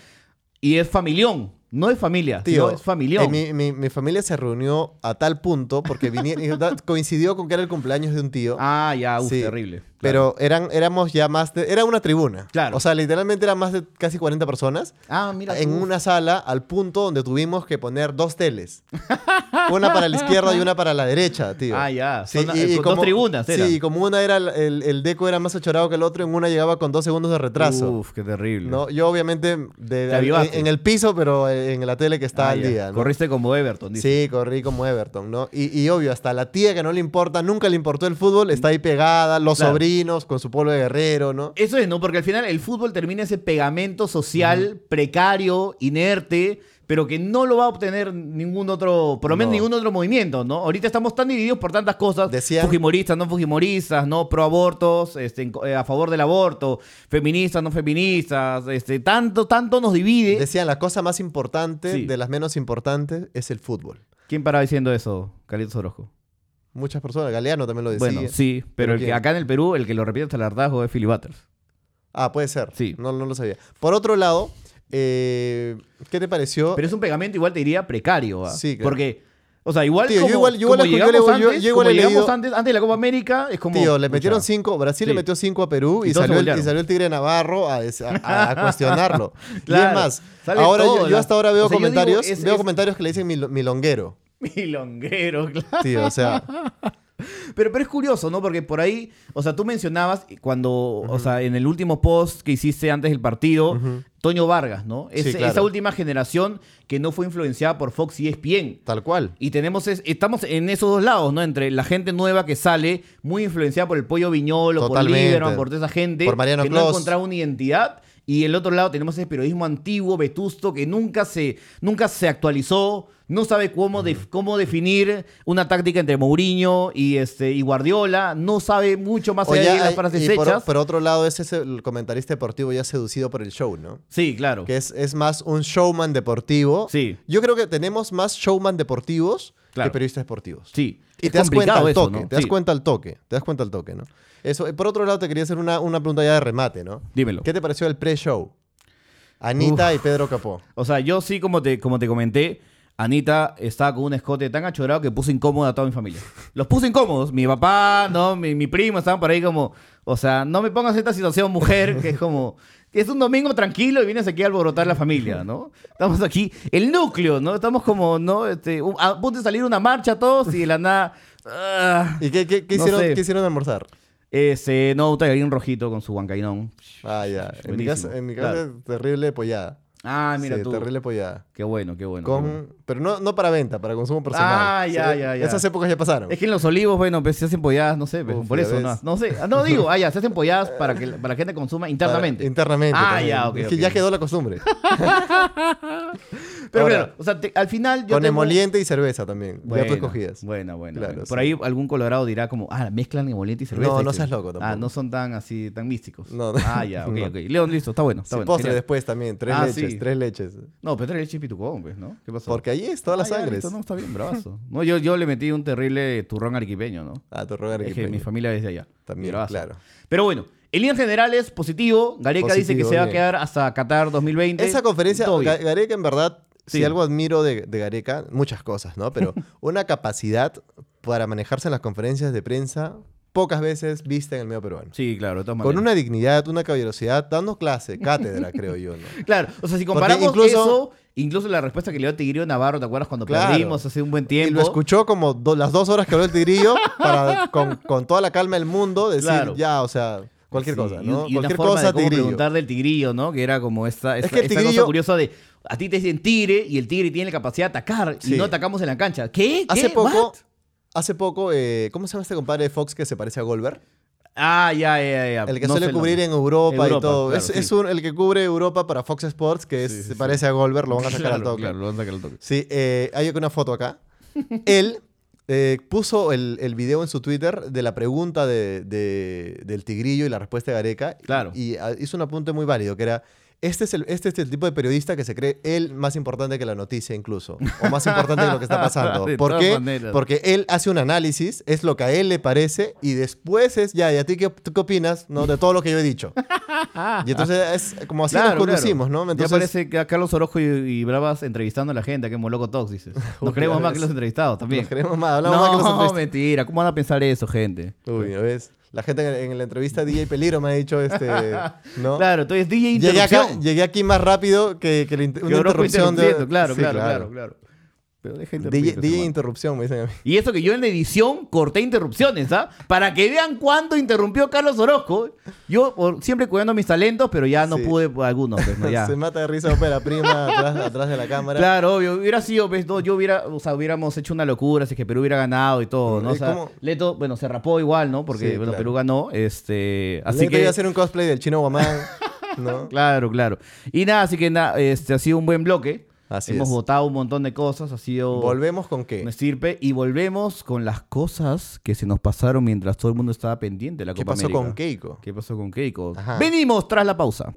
Speaker 2: Y es familión. No es familia,
Speaker 3: Tío,
Speaker 2: sino es familión.
Speaker 3: eh, mi, mi- mi familia se reunió a tal punto porque vinie- coincidió con que era el cumpleaños de un tío.
Speaker 2: Ah, ya, uf,
Speaker 3: Sí.
Speaker 2: terrible.
Speaker 3: Pero eran, éramos ya más de... Era una tribuna.
Speaker 2: Claro.
Speaker 3: O sea, literalmente eran más de casi 40 personas
Speaker 2: Ah, mira.
Speaker 3: en
Speaker 2: tú.
Speaker 3: una sala al punto donde tuvimos que poner dos teles. una para la izquierda y una para la derecha, tío.
Speaker 2: Ah, ya. Son- eh, con dos tribunas
Speaker 3: Sí,
Speaker 2: eran.
Speaker 3: y como una era... la- El, el deco era más achorado que el otro, en una llegaba con dos segundos de retraso.
Speaker 2: Uf, qué terrible.
Speaker 3: No, yo obviamente de-
Speaker 2: Te avivaste.
Speaker 3: en, en el piso, pero en la tele que está
Speaker 2: Ah,
Speaker 3: al
Speaker 2: ya.
Speaker 3: día. ¿no?
Speaker 2: Corriste como Everton, dice.
Speaker 3: Sí, corrí como Everton, ¿no? Y, y obvio, hasta la tía que no le importa, nunca le importó el fútbol, está ahí pegada, los
Speaker 2: Claro.
Speaker 3: sobrinos con su polo de guerrero, ¿no?
Speaker 2: Eso es, ¿no? Porque al final el fútbol termina ese pegamento social precario, inerte, pero que no lo va a obtener ningún otro, por lo menos
Speaker 3: No.
Speaker 2: ningún otro movimiento, ¿no? Ahorita estamos tan divididos por tantas cosas.
Speaker 3: Decían-
Speaker 2: Fujimoristas, no fujimoristas, ¿no? Pro abortos, este, en co- eh, a favor del aborto, feministas, no feministas, este, tanto, tanto nos divide.
Speaker 3: Decían, la cosa más importante
Speaker 2: Eh, Sí.
Speaker 3: de las menos importantes es el fútbol.
Speaker 2: ¿Quién paraba diciendo eso, Carlitos Orozco?
Speaker 3: Muchas personas, Galeano también lo decía.
Speaker 2: Bueno, sí, pero,
Speaker 3: ¿Pero
Speaker 2: el que
Speaker 3: quién?
Speaker 2: acá en el Perú, el que lo repite hasta el hartazgo es Philly Butters.
Speaker 3: Ah, puede ser.
Speaker 2: Sí.
Speaker 3: No, no lo sabía. Por otro lado, eh, ¿qué te pareció?
Speaker 2: Pero es un pegamento, igual te diría precario. ¿ah?
Speaker 3: Sí, claro.
Speaker 2: Porque, o sea, igual
Speaker 3: Tío, yo
Speaker 2: como,
Speaker 3: igual- yo
Speaker 2: como
Speaker 3: igual- yo
Speaker 2: llegamos
Speaker 3: le- yo-
Speaker 2: antes,
Speaker 3: yo igual
Speaker 2: como
Speaker 3: he
Speaker 2: llegamos
Speaker 3: leído-
Speaker 2: antes, antes de la Copa América, es como...
Speaker 3: Tío, le metieron
Speaker 2: pucha.
Speaker 3: cinco, Brasil le
Speaker 2: Sí.
Speaker 3: metió cinco a Perú y,
Speaker 2: Y todos se
Speaker 3: salió, el, y
Speaker 2: voltearon.
Speaker 3: salió el Tigre Navarro a, des- a- a- a cuestionarlo. y es
Speaker 2: Claro,
Speaker 3: más,
Speaker 2: sale
Speaker 3: ahora
Speaker 2: todo,
Speaker 3: yo, yo
Speaker 2: la-
Speaker 3: hasta ahora veo
Speaker 2: o sea, yo digo,
Speaker 3: comentarios,
Speaker 2: es-
Speaker 3: veo
Speaker 2: es-
Speaker 3: comentarios que le dicen mil- milonguero.
Speaker 2: Milonguero, claro.
Speaker 3: Tío, o sea,
Speaker 2: Pero, pero es curioso, ¿no? Porque por ahí, o sea, tú mencionabas cuando, o sea, en el último post que hiciste antes del partido, Toño Vargas, ¿no?
Speaker 3: Sí,
Speaker 2: Ese-
Speaker 3: claro.
Speaker 2: Esa última generación que no fue influenciada por Fox y E ESPN.
Speaker 3: tal cual.
Speaker 2: Y tenemos es- estamos en esos dos lados, ¿no? Entre la gente nueva que sale, muy influenciada por el pollo viñolo,
Speaker 3: Totalmente.
Speaker 2: por Lieberman, por toda esa gente,
Speaker 3: Por Mariano
Speaker 2: que no ha
Speaker 3: Clos.
Speaker 2: encontrado una identidad. Y el otro lado tenemos ese periodismo antiguo, vetusto, que nunca se, nunca se actualizó, no sabe cómo, def- cómo definir una táctica entre Mourinho y, este, y Guardiola, no sabe mucho más allá
Speaker 3: Oye,
Speaker 2: de las
Speaker 3: hay-
Speaker 2: frases
Speaker 3: y por,
Speaker 2: hechas.
Speaker 3: por otro lado, ese es el comentarista deportivo ya seducido por el show, ¿no?
Speaker 2: sí, claro.
Speaker 3: Que es, es más un showman deportivo.
Speaker 2: Sí.
Speaker 3: Yo creo que tenemos más showman deportivos que
Speaker 2: Claro.
Speaker 3: periodistas deportivos.
Speaker 2: Sí.
Speaker 3: Y
Speaker 2: Es
Speaker 3: te das cuenta
Speaker 2: complicado
Speaker 3: al
Speaker 2: eso,
Speaker 3: toque,
Speaker 2: ¿no?
Speaker 3: te das
Speaker 2: Sí.
Speaker 3: cuenta al toque, te das cuenta al toque, ¿no? Eso, eh, por otro lado, te quería hacer una, una pregunta ya de remate, ¿no?
Speaker 2: Dímelo.
Speaker 3: ¿Qué te pareció el pre-show? Anita y Pedro Capó.
Speaker 2: O sea, yo sí, como te, como te comenté, Anita estaba con un escote tan achorado que puso incómoda a toda mi familia. Los puso incómodos. Mi papá, no, mi, mi primo estaban por ahí como, o sea, no me pongas en esta situación, mujer, que es como, es un domingo tranquilo y vienes aquí a alborotar la familia, ¿no? Estamos aquí, el núcleo, ¿no? Estamos como, ¿no? Este, un- a punto de salir una marcha todos y de la nada. ah.
Speaker 3: ¿Y qué, qué- qué
Speaker 2: No
Speaker 3: hicieron,
Speaker 2: sé.
Speaker 3: qué hicieron de almorzar?
Speaker 2: Ese, no, un tallarín rojito con su huancainón.
Speaker 3: Ah, ya. En mi
Speaker 2: Buenísimo,
Speaker 3: casa, en mi casa
Speaker 2: claro.
Speaker 3: terrible pollada.
Speaker 2: Ah, mira
Speaker 3: Sí,
Speaker 2: tú.
Speaker 3: terrible pollada.
Speaker 2: Qué bueno, qué bueno. qué bueno.
Speaker 3: Con, pero no, no para venta, para consumo personal.
Speaker 2: Ah, ya, ya, ya.
Speaker 3: Esas épocas ya pasaron.
Speaker 2: Es que en los olivos, bueno, pues se hacen polladas, no sé, pues,
Speaker 3: Uf,
Speaker 2: por
Speaker 3: ya
Speaker 2: eso,
Speaker 3: ves.
Speaker 2: no, no sé. Ah, No digo, ah, ya, se hacen polladas para que para que la gente consuma
Speaker 3: Para-
Speaker 2: internamente.
Speaker 3: internamente.
Speaker 2: Ah,
Speaker 3: también.
Speaker 2: ya, ok,
Speaker 3: Es que
Speaker 2: ok.
Speaker 3: ya quedó la costumbre.
Speaker 2: Pero
Speaker 3: Ahora,
Speaker 2: claro, o sea, te- al final yo
Speaker 3: Con
Speaker 2: tengo-
Speaker 3: emoliente y cerveza también. ya tú
Speaker 2: Buena,
Speaker 3: escogías.
Speaker 2: Buena, buena.
Speaker 3: Claro,
Speaker 2: buena.
Speaker 3: sí.
Speaker 2: Por ahí algún colorado dirá como, ah, mezclan emoliente y cerveza.
Speaker 3: No, no
Speaker 2: dice.
Speaker 3: seas loco tampoco.
Speaker 2: Ah, no son tan así, tan místicos.
Speaker 3: No, no.
Speaker 2: Ah, ya, ok,
Speaker 3: No.
Speaker 2: ok. León, listo, está bueno, está
Speaker 3: Sí,
Speaker 2: bueno.
Speaker 3: postre
Speaker 2: genial.
Speaker 3: después también. Tres
Speaker 2: Ah,
Speaker 3: leches,
Speaker 2: sí.
Speaker 3: tres leches.
Speaker 2: No, pero trae el chip y tu con, pues, ¿no? ¿Qué pasó?
Speaker 3: Porque ahí es toda la
Speaker 2: Ah, ya,
Speaker 3: sangre.
Speaker 2: listo, no, está bien, bravazo. No, yo, yo le metí un terrible turrón arquipeño, ¿no?
Speaker 3: Ah, tu rogar
Speaker 2: Es que mi familia es de allá.
Speaker 3: También,
Speaker 2: Bravazo.
Speaker 3: claro.
Speaker 2: Pero bueno, en líneas generales, positivo. Gareca dice que
Speaker 3: Positivo,
Speaker 2: se va a
Speaker 3: bien.
Speaker 2: quedar hasta Qatar 2020.
Speaker 3: Esa conferencia,
Speaker 2: Todo
Speaker 3: Ga-
Speaker 2: bien.
Speaker 3: Gareca, en verdad, si
Speaker 2: Sí.
Speaker 3: algo admiro de, de Gareca, muchas cosas, ¿no? Pero una capacidad para manejarse en las conferencias de prensa, pocas veces vista en el medio peruano.
Speaker 2: Sí, claro, de todas
Speaker 3: Con
Speaker 2: maneras.
Speaker 3: una dignidad, una caballerosidad, dando clase, cátedra, creo yo, ¿no?
Speaker 2: Claro, o sea, si comparamos
Speaker 3: incluso-
Speaker 2: eso, incluso la respuesta que le dio Tigrillo Navarro, ¿te acuerdas cuando
Speaker 3: Claro.
Speaker 2: perdimos hace un buen
Speaker 3: Y
Speaker 2: tiempo?
Speaker 3: lo escuchó como do- las dos horas que habló el tigrillo para con, con toda la calma del mundo decir
Speaker 2: Claro.
Speaker 3: ya, o sea, cualquier
Speaker 2: Sí,
Speaker 3: cosa,
Speaker 2: y-
Speaker 3: ¿no?
Speaker 2: Y, una
Speaker 3: cualquier
Speaker 2: forma
Speaker 3: cosa,
Speaker 2: de cómo
Speaker 3: tigrillo.
Speaker 2: preguntar del tigrillo, ¿no? Que era como esta, esta,
Speaker 3: que el
Speaker 2: esta cosa
Speaker 3: Tigrillo-
Speaker 2: curiosa de a ti te dicen tigre y el tigre tiene la capacidad de atacar
Speaker 3: Sí.
Speaker 2: y no atacamos en la cancha. ¿Qué? ¿Qué?
Speaker 3: Hace poco,
Speaker 2: ¿What?
Speaker 3: hace poco, eh, ¿cómo se llama este compadre de Fox que se parece a Goldberg?
Speaker 2: Ah, ya, ya, ya.
Speaker 3: El que
Speaker 2: no sé
Speaker 3: suele cubrir
Speaker 2: nombre.
Speaker 3: en Europa, y
Speaker 2: Europa,
Speaker 3: todo.
Speaker 2: claro,
Speaker 3: es
Speaker 2: sí.
Speaker 3: es un- el que cubre Europa para Fox Sports, que es- se parece a Goldberg, lo van a sacar al
Speaker 2: Claro,
Speaker 3: toque.
Speaker 2: claro, lo van a sacar al toque.
Speaker 3: Sí, eh, hay una foto acá. Él eh, puso el, el video en su Twitter de la pregunta de- de- del tigrillo y la respuesta de Gareca.
Speaker 2: Claro.
Speaker 3: Y, ah, hizo un apunte muy válido, que era, este es, el, este es el tipo de periodista que se cree él más importante que la noticia incluso, o más importante que lo que está pasando.
Speaker 2: De
Speaker 3: ¿Por
Speaker 2: todas
Speaker 3: qué?
Speaker 2: maneras.
Speaker 3: Porque él hace un análisis, es lo que a él le parece, y después es, ya, ¿y a ti qué, tú qué opinas no, de todo lo que yo he dicho? Y entonces es como así
Speaker 2: Claro,
Speaker 3: nos
Speaker 2: claro.
Speaker 3: conducimos, ¿no?
Speaker 2: Ya
Speaker 3: Entonces,
Speaker 2: parece que a Carlos Orozco y, y Bravas entrevistando a la gente, que como loco Talks, dices. Nos creemos
Speaker 3: ya
Speaker 2: más
Speaker 3: ves.
Speaker 2: que los entrevistados también.
Speaker 3: nos queremos más, hablamos más que los
Speaker 2: No,
Speaker 3: entrevistados.
Speaker 2: mentira. ¿Cómo van a pensar eso, gente?
Speaker 3: Uy, ¿no ¿ves? La gente en, en la entrevista DJ Peligro me ha dicho, este, ¿no?
Speaker 2: Claro, entonces DJ
Speaker 3: Llegué, acá-
Speaker 2: interrupción.
Speaker 3: llegué aquí más rápido que, que la inter-
Speaker 2: Que
Speaker 3: una
Speaker 2: Orozco
Speaker 3: interrupción de...
Speaker 2: interrumpiendo, Claro,
Speaker 3: Sí,
Speaker 2: claro, claro, claro. Pero deja
Speaker 3: DJ,
Speaker 2: interrumpirte,
Speaker 3: DJ
Speaker 2: hermano.
Speaker 3: interrupción, me dicen a mí.
Speaker 2: Y eso que yo en la edición corté interrupciones, ¿ah? Para que vean cuánto interrumpió Carlos Orozco. Yo por- siempre cuidando mis talentos, pero ya no
Speaker 3: Sí.
Speaker 2: pude por algunos, pues, ¿no? Ya.
Speaker 3: Se mata de risa ópera prima atrás, atrás de la cámara.
Speaker 2: Claro, obvio. Hubiera sido, pues, no, yo hubiera, o sea, hubiéramos hecho una locura, si es que Perú hubiera ganado y todo, ¿no? O
Speaker 3: ¿Y
Speaker 2: sea,
Speaker 3: cómo?
Speaker 2: Leto, bueno, se rapó igual, ¿no? Porque,
Speaker 3: Sí,
Speaker 2: bueno,
Speaker 3: claro.
Speaker 2: Perú ganó, este... Así
Speaker 3: Así que
Speaker 2: que...
Speaker 3: iba a hacer un cosplay del chino guamán, ¿no?
Speaker 2: Claro, claro. Y nada, así que nada, este ha sido un buen bloque.
Speaker 3: Así
Speaker 2: Hemos
Speaker 3: es.
Speaker 2: votado un montón de cosas, ha sido...
Speaker 3: ¿Volvemos con qué?
Speaker 2: una estirpe y volvemos con las cosas que se nos pasaron mientras todo el mundo estaba pendiente de la
Speaker 3: ¿Qué
Speaker 2: Copa
Speaker 3: pasó
Speaker 2: América.
Speaker 3: con Keiko?
Speaker 2: ¿Qué pasó con Keiko?
Speaker 3: Ajá.
Speaker 2: Venimos tras la pausa.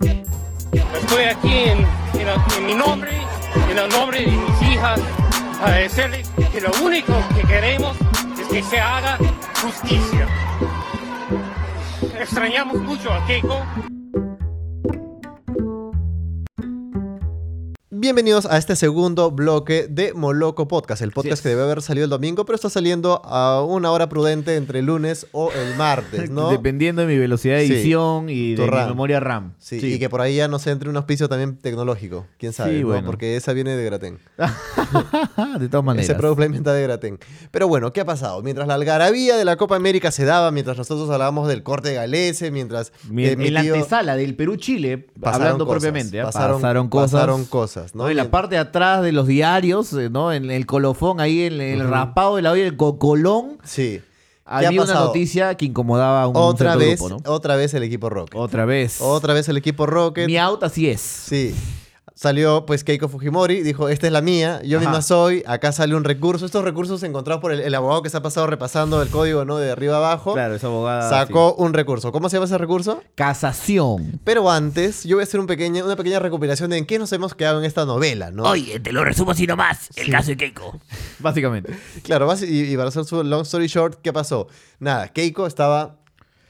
Speaker 4: Estoy aquí en, en la- en mi nombre, en el nombre de mis hijas, para decirles que lo único que queremos es que se haga justicia. Extrañamos mucho a Keiko.
Speaker 3: Bienvenidos a este segundo bloque de Moloco Podcast,
Speaker 2: Así
Speaker 3: el
Speaker 2: es.
Speaker 3: podcast que debe haber salido el domingo, pero está saliendo a una hora prudente entre el lunes o el martes, Pues, ¿no?
Speaker 5: Dependiendo de mi velocidad de
Speaker 3: Sí.
Speaker 5: edición y
Speaker 3: Tu
Speaker 5: de mi
Speaker 3: RAM.
Speaker 5: memoria RAM.
Speaker 3: Sí, y que por ahí ya nos entre un auspicio también tecnológico, quién sabe,
Speaker 5: Sí,
Speaker 3: ¿no?
Speaker 5: bueno.
Speaker 3: porque esa viene de Gratén.
Speaker 5: Ah, de todas maneras.
Speaker 3: Ese Product Placement está de Gratén. Pero bueno, ¿qué ha pasado? Mientras la algarabía de la Copa América se daba, mientras nosotros hablábamos del corte de Galese, mientras...
Speaker 5: Mi-
Speaker 3: eh, mi
Speaker 5: en la
Speaker 3: tío-
Speaker 5: antesala del Perú-Chile,
Speaker 3: pasaron
Speaker 5: hablando
Speaker 3: cosas,
Speaker 5: propiamente, ¿ah?
Speaker 3: Pasaron,
Speaker 5: pasaron cosas.
Speaker 3: pasaron cosas, ¿no?
Speaker 5: ¿no? En la parte de atrás de los diarios, eh, ¿no? En el colofón, ahí en el rapado de la olla, el cocolón,
Speaker 3: Sí. ¿Qué ha
Speaker 5: había una
Speaker 3: pasado?
Speaker 5: noticia que incomodaba a un
Speaker 3: Otra
Speaker 5: cierto
Speaker 3: vez,
Speaker 5: grupo, ¿no? Oh.
Speaker 3: otra vez el equipo Rocket.
Speaker 5: Otra vez.
Speaker 3: Otra vez el equipo Rocket.
Speaker 5: Mi out así es.
Speaker 3: Sí. Salió pues Keiko Fujimori, dijo, esta es la mía, yo
Speaker 5: Ajá.
Speaker 3: misma soy, acá sale un recurso. Estos recursos encontrados por el, el abogado que se ha pasado repasando el código, ¿no? De arriba abajo.
Speaker 5: Claro, ah, esa abogada.
Speaker 3: Sacó un recurso. ¿Cómo se llama ese recurso?
Speaker 5: sí. Casación.
Speaker 3: Pero antes, yo voy a hacer un pequeña, una pequeña recopilación de en qué nos hemos quedado en esta novela, ¿no?
Speaker 6: Oye, te lo resumo así nomás. El caso de Keiko.
Speaker 5: Básicamente.
Speaker 3: Claro, vas- y, y para hacer su long story short, ¿qué pasó? Nada, Keiko estaba,